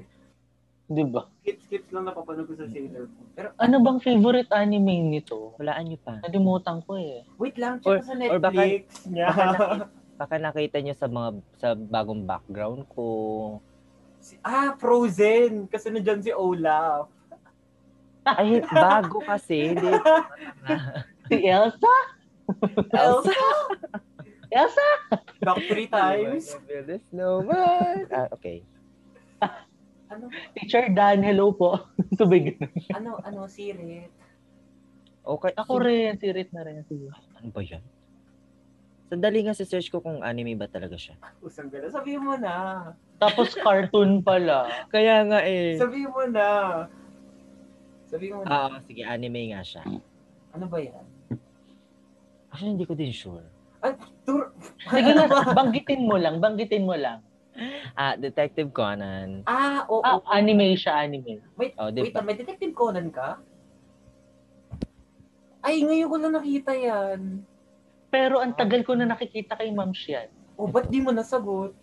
[SPEAKER 3] Di ba?
[SPEAKER 2] Skip-skip lang napapanood ko sa Sailor Moon. Pero
[SPEAKER 3] Ano bang favorite anime nito?
[SPEAKER 4] Walaan niyo pa.
[SPEAKER 3] Nalimutan ko eh.
[SPEAKER 2] wait lang,
[SPEAKER 4] Or-
[SPEAKER 2] check ko sa
[SPEAKER 4] or baka-
[SPEAKER 2] Netflix niya.
[SPEAKER 4] baka nakita- Baka nakita niyo sa mga sa bagong background ko.
[SPEAKER 2] Si- ah, Frozen! Kasi nandyan si Olaf.
[SPEAKER 4] Ay, bago kasi. Hindi.
[SPEAKER 3] Si Elsa?
[SPEAKER 2] Elsa!
[SPEAKER 3] Elsa?
[SPEAKER 2] Back three times.
[SPEAKER 4] Build a snowman. Ah, okay.
[SPEAKER 2] ano,
[SPEAKER 3] Teacher Dan, hello po. Subig.
[SPEAKER 2] ano, ano, si Rit.
[SPEAKER 4] Okay.
[SPEAKER 3] Ako rin, si Rit na rin. Sige.
[SPEAKER 4] Ano ba yan? Sandali nga si search ko kung anime ba talaga siya.
[SPEAKER 2] Usang gano'n. Sabihin mo na.
[SPEAKER 3] Tapos cartoon pala.
[SPEAKER 4] Kaya nga eh.
[SPEAKER 2] Sabihin mo na. Sabihin mo na.
[SPEAKER 4] Ah, sige, anime nga siya.
[SPEAKER 2] ano ba yan?
[SPEAKER 4] Actually, hindi ko din sure.
[SPEAKER 2] Tur-
[SPEAKER 3] Sige na, banggitin mo lang, banggitin mo lang.
[SPEAKER 4] Ah, Detective Conan.
[SPEAKER 2] ah, oo.
[SPEAKER 3] Ah, anime siya, anime.
[SPEAKER 4] Oh, di
[SPEAKER 2] Wait,
[SPEAKER 4] ba?
[SPEAKER 2] may Detective Conan ka? Ay, ngayon ko lang nakita yan.
[SPEAKER 3] Pero ang tagal ko na nakikita kay Ma'am Shian.
[SPEAKER 2] O, Oh, ba't di mo nasagot?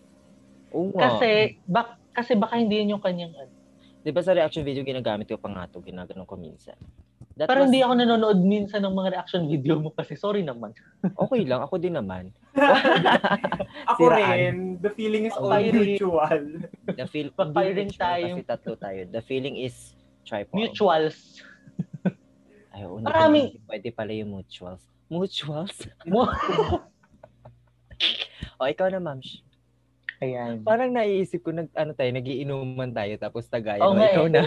[SPEAKER 4] Oo nga.
[SPEAKER 3] Kasi, bak, kasi baka hindi yun yung kanyang ano.
[SPEAKER 4] Di ba sa reaction video ginagamit ko pa nga to, ginaganon ko minsan. That
[SPEAKER 3] Parang
[SPEAKER 4] was-
[SPEAKER 3] hindi ako nanonood minsan ng mga reaction video mo kasi sorry naman.
[SPEAKER 4] Okay lang, ako din naman.
[SPEAKER 2] Ako
[SPEAKER 4] Ah, Siraan.
[SPEAKER 2] rin. The feeling is
[SPEAKER 3] Ako
[SPEAKER 2] all
[SPEAKER 3] rin.
[SPEAKER 2] virtual.
[SPEAKER 4] The feel,
[SPEAKER 3] Pag firing
[SPEAKER 4] hindi mutual
[SPEAKER 3] tayo.
[SPEAKER 4] Kasi tatlo tayo. The feeling is tripod.
[SPEAKER 3] Mutuals.
[SPEAKER 4] Ay, oo,
[SPEAKER 3] Marami.
[SPEAKER 4] hindi Pwede pala yung mutuals. Mutuals?
[SPEAKER 3] Mu-
[SPEAKER 4] O, ikaw na, ma'am. Sh-
[SPEAKER 3] Ayan.
[SPEAKER 4] Parang naiisip ko, nag, ano tayo, nagiinuman tayo, tapos tagayan.
[SPEAKER 3] Oo
[SPEAKER 4] O,
[SPEAKER 3] nga
[SPEAKER 4] ikaw
[SPEAKER 3] eh.
[SPEAKER 4] na.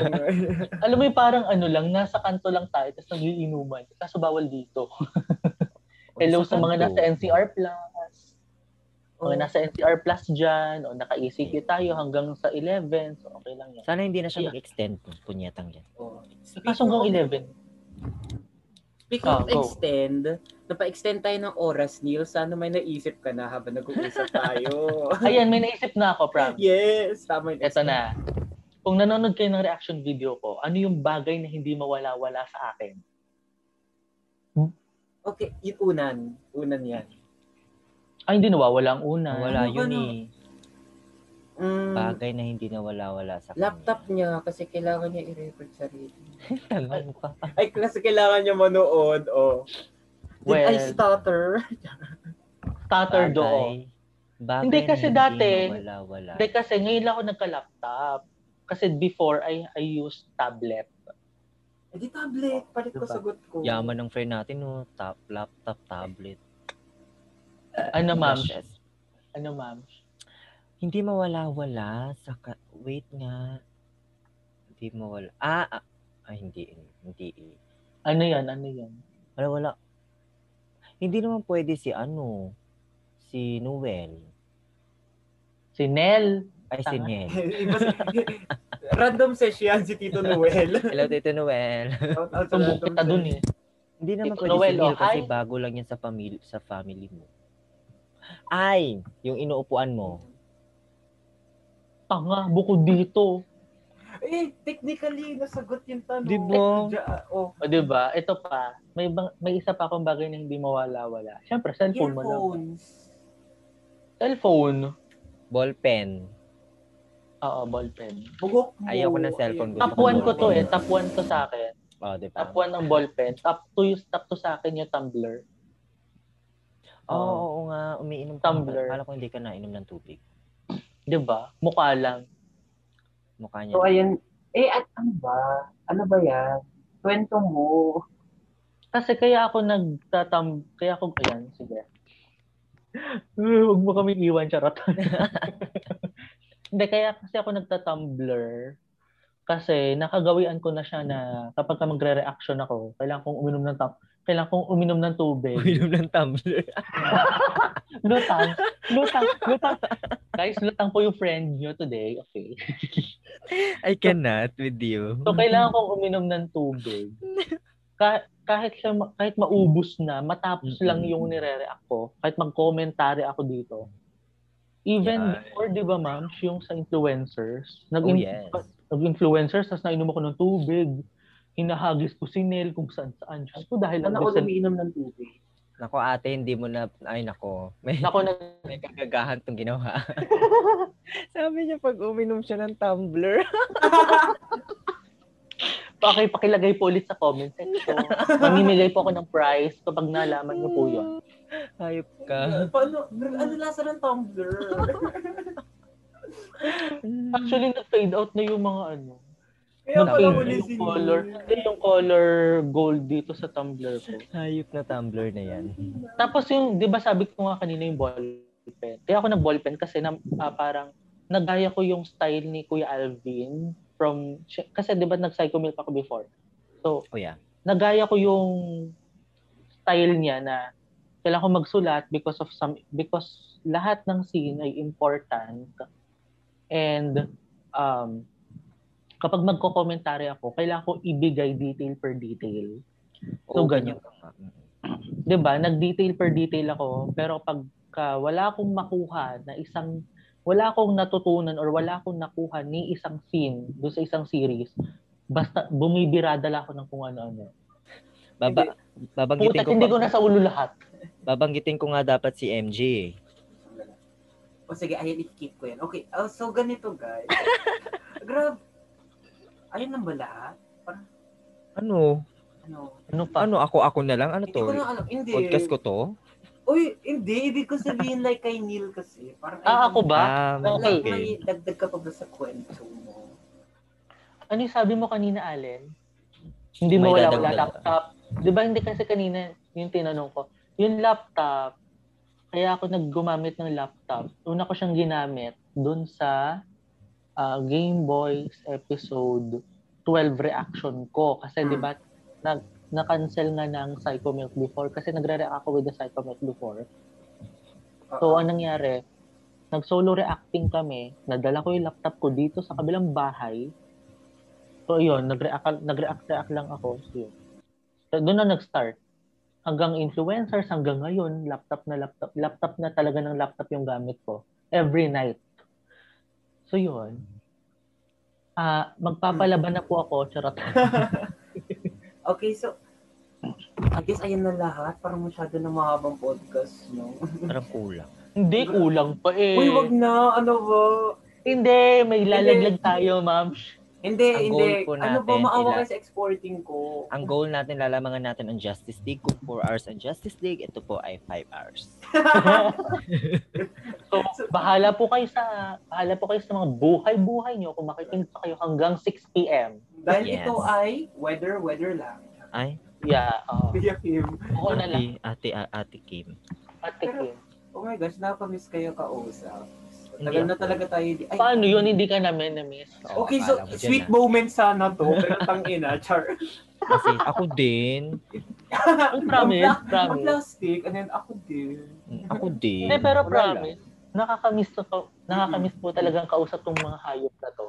[SPEAKER 3] Alam mo yung parang ano lang, nasa kanto lang tayo, tapos nagiinuman. Kaso bawal dito. Hello sa mga nasa Oh. NCR Plus. Mga
[SPEAKER 2] Oh,
[SPEAKER 3] nasa NCR Plus dyan, o naka-ECQ tayo hanggang sa 11, so okay lang yan.
[SPEAKER 4] Sana hindi na siya
[SPEAKER 3] Yeah.
[SPEAKER 4] mag-extend. Punyatang yan.
[SPEAKER 2] Oh.
[SPEAKER 3] Kaso hanggang 11.
[SPEAKER 2] Speaking
[SPEAKER 3] Ah,
[SPEAKER 2] of
[SPEAKER 3] go.
[SPEAKER 2] extend, napa-extend tayo ng oras, Neil. Sana may naisip ka na habang nag-uusap tayo.
[SPEAKER 3] Ayan, may naisip na ako, promise.
[SPEAKER 2] yes, tama yun.
[SPEAKER 3] Eto na. Kung nanonood kayo ng reaction video ko, ano yung bagay na hindi mawala-wala sa akin?
[SPEAKER 2] Okay, yun unan. Unan yan.
[SPEAKER 3] Ay, hindi nawawala ang una.
[SPEAKER 4] Wala
[SPEAKER 2] Ano ba
[SPEAKER 4] yun
[SPEAKER 2] no?
[SPEAKER 4] eh.
[SPEAKER 3] Hmm.
[SPEAKER 2] Mm,
[SPEAKER 4] Bagay na hindi na wala-wala sa kanya.
[SPEAKER 2] laptop niya kasi kailangan niya i-record sarili.
[SPEAKER 4] Tangan ka.
[SPEAKER 2] Ay, kasi kailangan niya manood, oh. Did I
[SPEAKER 3] Well,
[SPEAKER 2] stutter?
[SPEAKER 3] Stutter doon.
[SPEAKER 4] Bagay- bagay
[SPEAKER 3] Hindi
[SPEAKER 4] na
[SPEAKER 3] kasi dati,
[SPEAKER 4] Wala-wala.
[SPEAKER 3] Hindi kasi ngayon lang ako nagka-laptop. Kasi before, I, I used tablet.
[SPEAKER 2] Eh, di tablet. Palit ko
[SPEAKER 4] Diba?
[SPEAKER 2] sagot ko.
[SPEAKER 4] Yaman ng friend natin, no? Top, laptop, tablet.
[SPEAKER 3] Ano, ma'am?
[SPEAKER 4] flashes.
[SPEAKER 3] Ano, ma'am?
[SPEAKER 4] Hindi mawala-wala sa ka- wait nga. Hindi mawala. Ah, ah, ah, hindi eh, hindi. eh.
[SPEAKER 3] Ano yan? Ano yan?
[SPEAKER 4] Wala wala. Hindi naman pwede si ano si Noel.
[SPEAKER 3] Si Nel.
[SPEAKER 4] Ay si
[SPEAKER 3] Tama.
[SPEAKER 4] Niel.
[SPEAKER 2] Iba si- Random session yan si Tito Noel.
[SPEAKER 4] Hello Tito Noel.
[SPEAKER 2] Out- out of random
[SPEAKER 3] Tumbok kita dun eh.
[SPEAKER 4] Hindi naman
[SPEAKER 3] Tito
[SPEAKER 4] pwede
[SPEAKER 3] Noel,
[SPEAKER 4] si Neil
[SPEAKER 3] oh,
[SPEAKER 4] kasi
[SPEAKER 3] ay.
[SPEAKER 4] bago lang yan sa family, sa family mo. Ay, yung inuupuan mo.
[SPEAKER 3] Tanga, bukod dito.
[SPEAKER 2] Eh, technically, nasagot yung tanong.
[SPEAKER 4] Di
[SPEAKER 3] Diba?
[SPEAKER 4] ba?
[SPEAKER 2] Diya- Oh,
[SPEAKER 3] O di ba? Ito pa, may bang, may isa pa akong bagay na hindi mawala-wala. Siyempre, cellphone mo lang.
[SPEAKER 2] earphones.
[SPEAKER 3] Cellphone.
[SPEAKER 4] Ballpen.
[SPEAKER 3] Oo, ballpen.
[SPEAKER 2] Buhok mo.
[SPEAKER 4] Ayoko ng cellphone.
[SPEAKER 2] Ayun.
[SPEAKER 4] Gusto
[SPEAKER 3] Top
[SPEAKER 4] ko
[SPEAKER 3] 1 ko to eh.
[SPEAKER 4] ballpen.
[SPEAKER 3] Top 1 to sa akin.
[SPEAKER 4] Oh, di ba?
[SPEAKER 3] Top 1 ng ballpen. Top 2 yung top 2 sa akin yung tumbler.
[SPEAKER 4] Oo, oo, oo nga. Umiinom ka.
[SPEAKER 3] Tumbler.
[SPEAKER 4] Kala ko hindi ka nainom ng tubig.
[SPEAKER 3] Di ba? Mukha lang.
[SPEAKER 4] Mukha niya.
[SPEAKER 2] So, ayun. Eh, at ano ba? Ano ba yan? Kwento mo.
[SPEAKER 3] Kasi kaya ako nagtatam... Kaya ako... Ayan, sige. Uh, Huwag mo kami iwan, charot. Hindi, kaya kasi ako nagtatumbler kasi nakagawian ko na siya na kapag ka magre-reaction ako, kailangan kong uminom ng tam kailangan kong uminom ng tubig.
[SPEAKER 4] Uminom ng tumbler.
[SPEAKER 3] Lutang, lutang, lutang. Guys, lutang po yung friend nyo today, okay?
[SPEAKER 4] I cannot with you.
[SPEAKER 3] So, kailangan kong uminom ng tubig. Ka- kahit siya, ma- kahit maubos na, matapos
[SPEAKER 4] Mm-mm.
[SPEAKER 3] lang yung nire-react ko, kahit mag-commentary ako dito. Even
[SPEAKER 4] Yeah.
[SPEAKER 3] before, di ba ma'am, yung sa influencers, nag
[SPEAKER 4] Oh, yes.
[SPEAKER 3] influencers tapos nainom ako ng tubig, hinahagis ko si Nel kung saan-saan. Diyos ko, dahil
[SPEAKER 2] Ano
[SPEAKER 3] lang
[SPEAKER 2] ako
[SPEAKER 3] gusto
[SPEAKER 2] umiinom ng tubig?
[SPEAKER 4] Nako ate, hindi mo na... Ay, nako. May,
[SPEAKER 3] Ako na,
[SPEAKER 4] may kagagahan tong ginawa. Sabi niya pag uminom siya ng tumbler.
[SPEAKER 3] okay, pakilagay po ulit sa comment section. Mamimigay po ako ng prize kapag nalaman niyo po yun.
[SPEAKER 4] Hayop ka.
[SPEAKER 2] Paano? Ano lasa ng tumbler?
[SPEAKER 4] Mm.
[SPEAKER 3] Actually, nag-fade out na yung mga ano.
[SPEAKER 2] Kaya pala
[SPEAKER 3] Nag-fade
[SPEAKER 2] huli
[SPEAKER 3] na
[SPEAKER 2] si
[SPEAKER 3] yung color. Hindi, yung color gold dito sa tumbler ko.
[SPEAKER 4] Hayop na tumbler na yan.
[SPEAKER 3] Tapos yung, di ba sabi ko nga kanina yung ballpen. Kaya ako nag-ballpen kasi na, ah, parang nagaya ko yung style ni Kuya Alvin from, siya- kasi di ba nag-psycho milk ako before. So,
[SPEAKER 4] Oh, yeah.
[SPEAKER 3] nagaya ko yung style niya na kailangan ko magsulat because of some because lahat ng scene ay important and um kapag magko-commentary ako kailangan ko ibigay detail per detail So,
[SPEAKER 4] Oo,
[SPEAKER 3] ganyan.
[SPEAKER 4] ka nga. Mm.
[SPEAKER 3] 'di ba nag-detail per detail ako pero pagka wala akong makuha na isang wala akong natutunan or wala akong nakuha ni isang scene do sa isang series basta bumibirada lang ako ng kung ano-ano
[SPEAKER 4] Baba, babanggitin
[SPEAKER 3] Puta,
[SPEAKER 4] ko,
[SPEAKER 3] hindi
[SPEAKER 4] pa-
[SPEAKER 3] ko nasa ulo lahat.
[SPEAKER 4] babanggitin ko nga dapat si MJ. eh.
[SPEAKER 2] O sige, ayan, i-keep ko yan. Okay, oh, so ganito guys. Grab. Ayun lang ba lahat?
[SPEAKER 4] Ano?
[SPEAKER 2] Ano?
[SPEAKER 3] Ano pa?
[SPEAKER 4] Ano? Ako, ako na lang? Ano
[SPEAKER 2] Hindi ko
[SPEAKER 4] to?
[SPEAKER 2] na alam.
[SPEAKER 3] eh.
[SPEAKER 2] Hindi.
[SPEAKER 4] Podcast ko to?
[SPEAKER 2] Uy, hindi. Ibig ko sabihin like kay Neil kasi. Parang,
[SPEAKER 3] Ah, ako ba?
[SPEAKER 4] Ah,
[SPEAKER 2] Okay.
[SPEAKER 3] Okay.
[SPEAKER 2] May dagdag ka pa ba sa kwento mo?
[SPEAKER 3] Ano yung sabi mo kanina, Allen? Hindi mo
[SPEAKER 4] Ah. May
[SPEAKER 3] wala wala
[SPEAKER 4] dadagdag.
[SPEAKER 3] laptop. Di ba hindi kasi kanina yung tinanong ko, yung laptop, kaya ako naggumamit ng laptop. Una ko siyang ginamit dun sa ah, Game Boys episode 12 reaction ko. Kasi di ba, nag, na-cancel nga ng Psycho Milk before kasi nagre-react ako with the Psycho Milk before. So, anong nangyari? Nag-solo reacting kami. Nadala ko yung laptop ko dito sa kabilang bahay. So, yun. Nag-react, nag-react react lang ako. So, yun. So, doon na nag-start. Hanggang influencers, hanggang ngayon, laptop na laptop. Laptop na talaga ng laptop yung gamit ko. Every night. So, yun. Ah, magpapalaban na po ako. Charot.
[SPEAKER 2] Okay, so, I guess ayun na lahat. Parang masyado na mahabang podcast, no?
[SPEAKER 4] Parang kulang.
[SPEAKER 3] Hindi, kulang pa eh.
[SPEAKER 2] Uy, wag na. Ano ba?
[SPEAKER 3] Hindi, may lalaglag tayo, ma'am.
[SPEAKER 2] Hindi,
[SPEAKER 4] Ang
[SPEAKER 2] hindi.
[SPEAKER 4] goal po
[SPEAKER 2] ano ba,
[SPEAKER 4] natin,
[SPEAKER 2] maawa
[SPEAKER 4] ila-
[SPEAKER 2] ka sa exporting ko.
[SPEAKER 4] Ang goal natin, lalamangan natin ang Justice League. Kung 4 hours ang Justice League, ito po ay 5 hours.
[SPEAKER 3] So, bahala po kayo sa bahala po kayo sa mga buhay-buhay nyo kung makikinig pa kayo hanggang 6 p.m.
[SPEAKER 2] Dahil
[SPEAKER 4] Yes.
[SPEAKER 2] ito ay weather, weather lang.
[SPEAKER 4] Ay,
[SPEAKER 3] Yeah, oo.
[SPEAKER 2] Kuya Kim.
[SPEAKER 3] Ako na lang.
[SPEAKER 4] ate, ate, ate Kim.
[SPEAKER 3] Patik yun.
[SPEAKER 2] Oh my gosh, nakaka-miss kayo kausap.
[SPEAKER 6] Tagal na
[SPEAKER 4] ako.
[SPEAKER 6] talaga tayo. di- Ay,
[SPEAKER 3] Paano yun? Hindi ka namin na-miss.
[SPEAKER 4] Oo,
[SPEAKER 6] Okay, so
[SPEAKER 4] akala ko dyan
[SPEAKER 6] sweet
[SPEAKER 3] ah.
[SPEAKER 4] na.
[SPEAKER 6] moment sana to. Pero tangina, char.
[SPEAKER 4] Kasi ako din.
[SPEAKER 3] Promise,
[SPEAKER 6] Ang pla- Ang
[SPEAKER 3] promise.
[SPEAKER 6] plastic, and then ako din.
[SPEAKER 4] Ako din.
[SPEAKER 3] Hindi, pero
[SPEAKER 4] Wala lang.
[SPEAKER 3] promise. Nakakamiss, to, nakakamiss po talagang kausap tong mga hayop na to.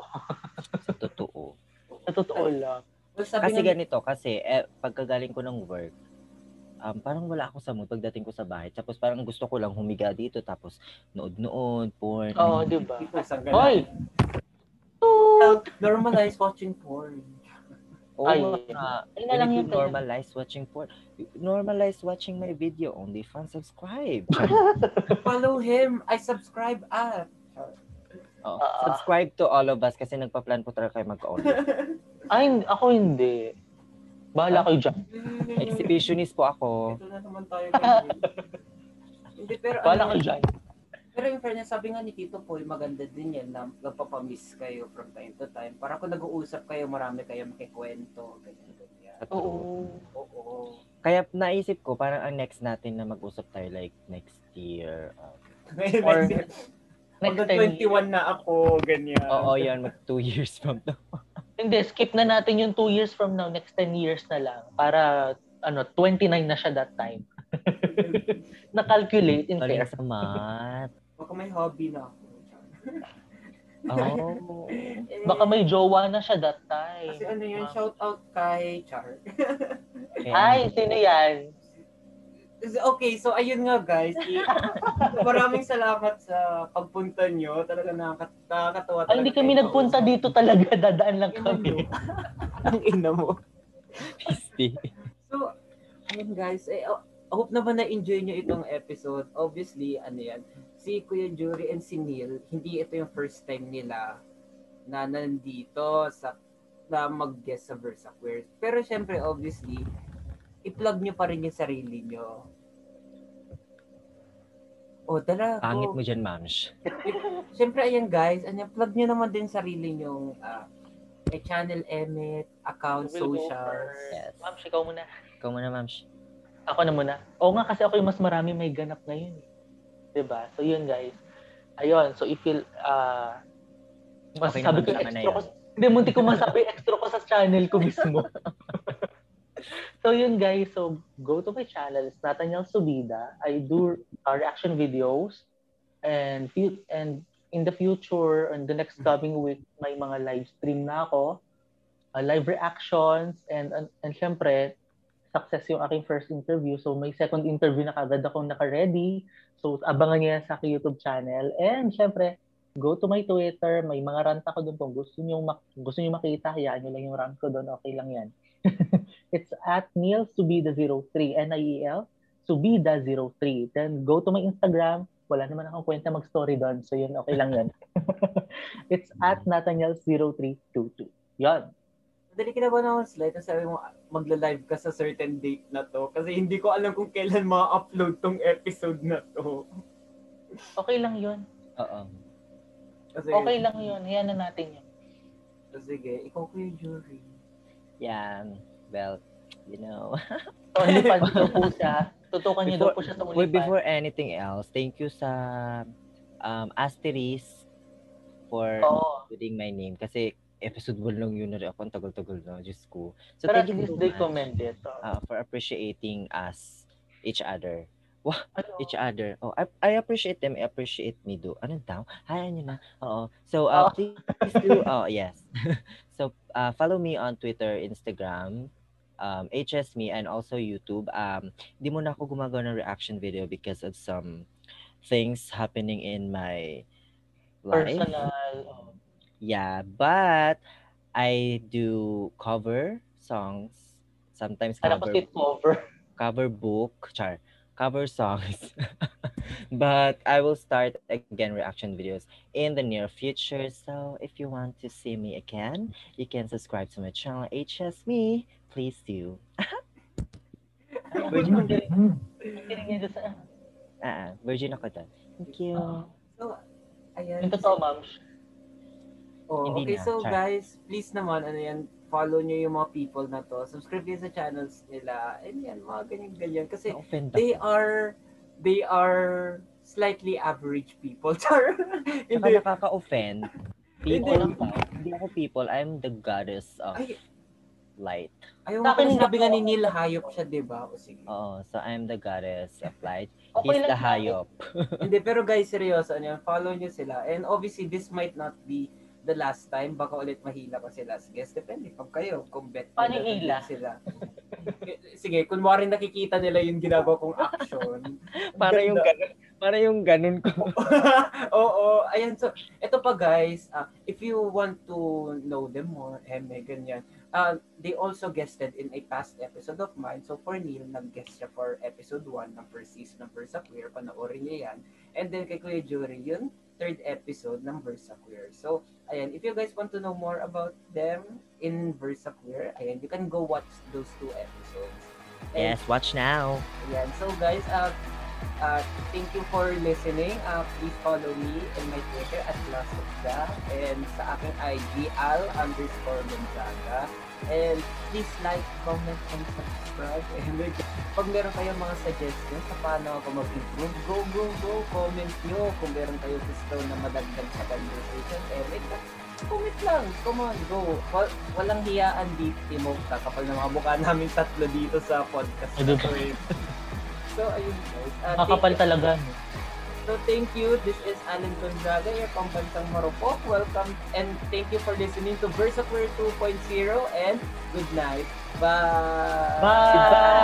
[SPEAKER 4] Sa totoo.
[SPEAKER 3] Sa totoo lang.
[SPEAKER 6] Well, sabi
[SPEAKER 4] Kasi
[SPEAKER 6] nga-
[SPEAKER 4] ganito, kasi eh, pagkagaling ko ng work, um, parang wala ako sa mood pagdating ko sa bahay. Tapos parang gusto ko lang humiga dito, tapos nood-nood, porn.
[SPEAKER 3] Oo, di ba?
[SPEAKER 6] Ikaw, isang ganun.
[SPEAKER 3] Hoy!
[SPEAKER 6] Normalize watching porn.
[SPEAKER 4] Oo
[SPEAKER 3] Ay,
[SPEAKER 4] nga.
[SPEAKER 3] Ay
[SPEAKER 4] We
[SPEAKER 3] na lang
[SPEAKER 4] need
[SPEAKER 3] yun.
[SPEAKER 4] to normalize watching porn. Normalize watching my video. Only fan subscribe.
[SPEAKER 6] Follow him. I subscribe at.
[SPEAKER 3] Ah.
[SPEAKER 4] Oo. Oh, subscribe to all of us kasi nagpa-plan po talaga kayo mag-only.
[SPEAKER 3] Ay, hindi- ako hindi. Bahala kayo dyan.
[SPEAKER 4] Exhibitionist po ako.
[SPEAKER 6] Ito na naman tayo. ganun. Hindi, pero
[SPEAKER 3] Bahala
[SPEAKER 6] ano,
[SPEAKER 3] kayo dyan.
[SPEAKER 6] pero in fairness, sabi nga ni Tito Paul, maganda din yan na nagpapamiss kayo from time to time. Para kung nag-uusap kayo, marami kayo makikwento. Ganyan, ganyan.
[SPEAKER 3] Oo.
[SPEAKER 6] Oo.
[SPEAKER 4] Kaya naisip ko, parang ang next natin na mag-usap tayo like next year. um,
[SPEAKER 6] Ngayon,
[SPEAKER 3] Or-
[SPEAKER 6] next,
[SPEAKER 3] Next time.
[SPEAKER 6] hanggang 21 na ako, ganyan.
[SPEAKER 4] Oo, yan. Mag two years from now.
[SPEAKER 3] Hindi, skip na natin yung 2 years from now, next 10 years na lang. Para, ano, 29 na siya that time. Na-calculate in
[SPEAKER 4] Galing
[SPEAKER 3] fair.
[SPEAKER 4] sa math.
[SPEAKER 6] Baka may hobby na ako.
[SPEAKER 4] Oo.
[SPEAKER 6] Eh,
[SPEAKER 3] Baka may jowa na siya that time.
[SPEAKER 6] Kasi ano yun, shout out kay Char.
[SPEAKER 4] Okay.
[SPEAKER 3] Ay, sino yan?
[SPEAKER 6] Okay, so ayun nga guys. I- Maraming salamat sa pagpunta nyo. Talaga nakakat- nakakatawa.
[SPEAKER 3] Ay, hindi kami nagpunta dito talaga. Dadaan lang kami.
[SPEAKER 6] Kami. Ang ina mo.
[SPEAKER 4] Pisti.
[SPEAKER 6] So, ayun guys. Eh, oh, hope naman na-enjoy nyo itong episode. Obviously, ano yan, si Kuya Jury and si Neil, hindi ito yung first time nila na nandito sa na mag-guest sa Versa Queer. Pero syempre, obviously, i-plug nyo pa rin yung sarili nyo. O, tara. go.
[SPEAKER 4] Pangit mo dyan, mams.
[SPEAKER 6] Siyempre, ayan guys, ano, plug nyo naman din sarili nyong ah, eh, channel Emmet, account,
[SPEAKER 3] We'll go
[SPEAKER 6] socials.
[SPEAKER 3] first.
[SPEAKER 4] Yes.
[SPEAKER 3] Ma'am, ikaw muna.
[SPEAKER 4] Ikaw muna, mams.
[SPEAKER 3] Ako na muna. Oo nga kasi ako yung mas marami may ganap ngayon. eh. 'Di ba? So yun guys. Ayun, so if you uh, mas
[SPEAKER 4] Okay
[SPEAKER 3] sabi
[SPEAKER 4] naman,
[SPEAKER 3] ko yung
[SPEAKER 4] tama na
[SPEAKER 3] extra ko.
[SPEAKER 4] yun.
[SPEAKER 3] Hindi, munti ko masabi extra ko sa channel ko mismo. so yun guys, so go to my channel. It's Nathaniel Subida. I do uh, reaction videos and fu- and in the future, in the next coming week, may mga live stream na ako. Uh, live reactions and, and, and syempre, success yung aking first interview. So may second interview na kagad akong naka-ready. So abangan niya sa aking YouTube channel. And syempre, go to my Twitter. May mga rant ako doon. Kung gusto niyo, mak- gusto niyo makita, hayaan niyo lang yung rant ko doon. Okay lang yan. It's at Neil Subida03. N-I-E-L Subida03. Then go to my Instagram. Wala naman akong kwenta mag-story doon. So yun, okay lang yun. It's at Nathaniel0322. Yun.
[SPEAKER 6] Madali ka na ba naman slide na sabi mo ah, magla-live ka sa certain date na to? Kasi hindi ko alam kung kailan ma-upload tong episode na to.
[SPEAKER 3] Okay lang yun.
[SPEAKER 4] Oo.
[SPEAKER 6] Kasi,
[SPEAKER 3] Okay lang yun. Hayaan na natin yun.
[SPEAKER 6] So, sige, ikaw ko yung jury.
[SPEAKER 4] Yan. Well, you know.
[SPEAKER 3] So, OnlyFans daw po siya. Tutukan niyo daw po siya sa
[SPEAKER 4] Well,
[SPEAKER 3] OnlyFans.
[SPEAKER 4] before anything else, thank you sa um, Asteris for
[SPEAKER 3] Oo.
[SPEAKER 4] including my name. Kasi episode 1 lang yun na rin ako. Ang tagal-tagal na. Diyos ko. So,
[SPEAKER 3] Pero at
[SPEAKER 4] thank you
[SPEAKER 3] least
[SPEAKER 4] so
[SPEAKER 3] they oh.
[SPEAKER 4] much,
[SPEAKER 3] commented. So,
[SPEAKER 4] uh, for appreciating us, each other.
[SPEAKER 3] ano,
[SPEAKER 4] Each other. Oh, I, I appreciate them. I appreciate me do. Anong daw? Hayaan nyo na. Oo. So,
[SPEAKER 3] Oh.
[SPEAKER 4] uh, please do. Oh, yes. so, uh, follow me on Twitter, Instagram, um, HSMe, and also YouTube. Um, di mo na ako gumagawa ng reaction video because of some things happening in my life.
[SPEAKER 3] personal. oh.
[SPEAKER 4] Yeah, but I do cover songs. Sometimes
[SPEAKER 3] Ano ko
[SPEAKER 4] cover
[SPEAKER 3] tip cover.
[SPEAKER 4] cover book, char, cover songs. but I will start again reaction videos in the near future. So if you want to see me again, you can subscribe to my channel HS Me. Please do.
[SPEAKER 3] Pwede mo galing. Galing niya doon sa...
[SPEAKER 4] Uh, Virgin ako dun. Thank you.
[SPEAKER 3] Ah.
[SPEAKER 6] So, ayan.
[SPEAKER 3] Yung totoo, ma'am.
[SPEAKER 6] Oh,
[SPEAKER 4] Hindi
[SPEAKER 6] okay,
[SPEAKER 4] na,
[SPEAKER 6] so
[SPEAKER 4] char.
[SPEAKER 6] guys, please naman, ano yan, follow nyo yung mga people na to. Subscribe kayo sa channels nila. And yan, mga ganyan-ganyan. Kasi
[SPEAKER 4] Na-offend
[SPEAKER 6] they
[SPEAKER 4] ako.
[SPEAKER 6] are they are slightly average people. Char.
[SPEAKER 4] Saka
[SPEAKER 6] Hindi.
[SPEAKER 4] nakaka-offend. People lang ako. Hindi ako people. I'm the goddess of
[SPEAKER 6] Ay.
[SPEAKER 4] light.
[SPEAKER 6] Ayaw
[SPEAKER 3] Sa akin
[SPEAKER 6] nga pala
[SPEAKER 3] hindi
[SPEAKER 6] sabi nga ni
[SPEAKER 3] ako-
[SPEAKER 6] Neil Hayop siya, di ba? O sige.
[SPEAKER 4] Oo. So, I'm the goddess of light.
[SPEAKER 3] Okay
[SPEAKER 4] He's
[SPEAKER 3] lang sa
[SPEAKER 4] the
[SPEAKER 3] akin.
[SPEAKER 4] hayop.
[SPEAKER 6] Hindi, pero guys, seryoso ano yun. Follow nyo sila. And obviously, this might not be the last time. Baka ulit mahila pa sila as guest. Depende pag kayo, kung bet
[SPEAKER 3] Paano hila?
[SPEAKER 6] nila, kung sila. Sige, kunwari nakikita nila yung ginagawa kong action.
[SPEAKER 4] Para yung
[SPEAKER 6] Ganda.
[SPEAKER 4] ganun. Para yung ganun ko.
[SPEAKER 6] Oo, ayan. So, ito pa guys, ah, if you want to know them more, eh, may ganyan. Ah, they also guested in a past episode of mine. So, for Neil, nag-guest siya for episode 1 ng first season ng Versa Queer. Panoorin niya yan. And then, kay Kuya Jury, yun, third episode ng Versa Queer. So, ayan, if you guys want to know more about them in Versa Queer, ayan, you can go watch those two episodes. And
[SPEAKER 4] Yes, watch now.
[SPEAKER 6] Ayan. So guys, uh, uh, thank you for listening. Uh, please follow me in my Twitter at Lasukda and sa aking IG al underscore Gonzaga. And please like, comment, and subscribe. And again, pag meron kayong mga suggestions sa paano ako mag-improve, go, go, go, comment nyo kung meron kayo gusto na madagdag sa conversation. And it, comment lang. Come on, go. Wa- walang hiyaan dito, Timog, kapag na mga mukha namin tatlo dito sa podcast. na
[SPEAKER 3] Ano
[SPEAKER 6] to
[SPEAKER 3] ba?
[SPEAKER 6] eh. So, ayun guys. Uh,
[SPEAKER 3] Kakapal
[SPEAKER 6] thank you-
[SPEAKER 3] talaga. no?
[SPEAKER 6] So, thank you. This is Alan Gonzaga, your pambansang marupok. Welcome and thank you for listening to VersaQueer 2.0 and good night. Bye!
[SPEAKER 3] Bye!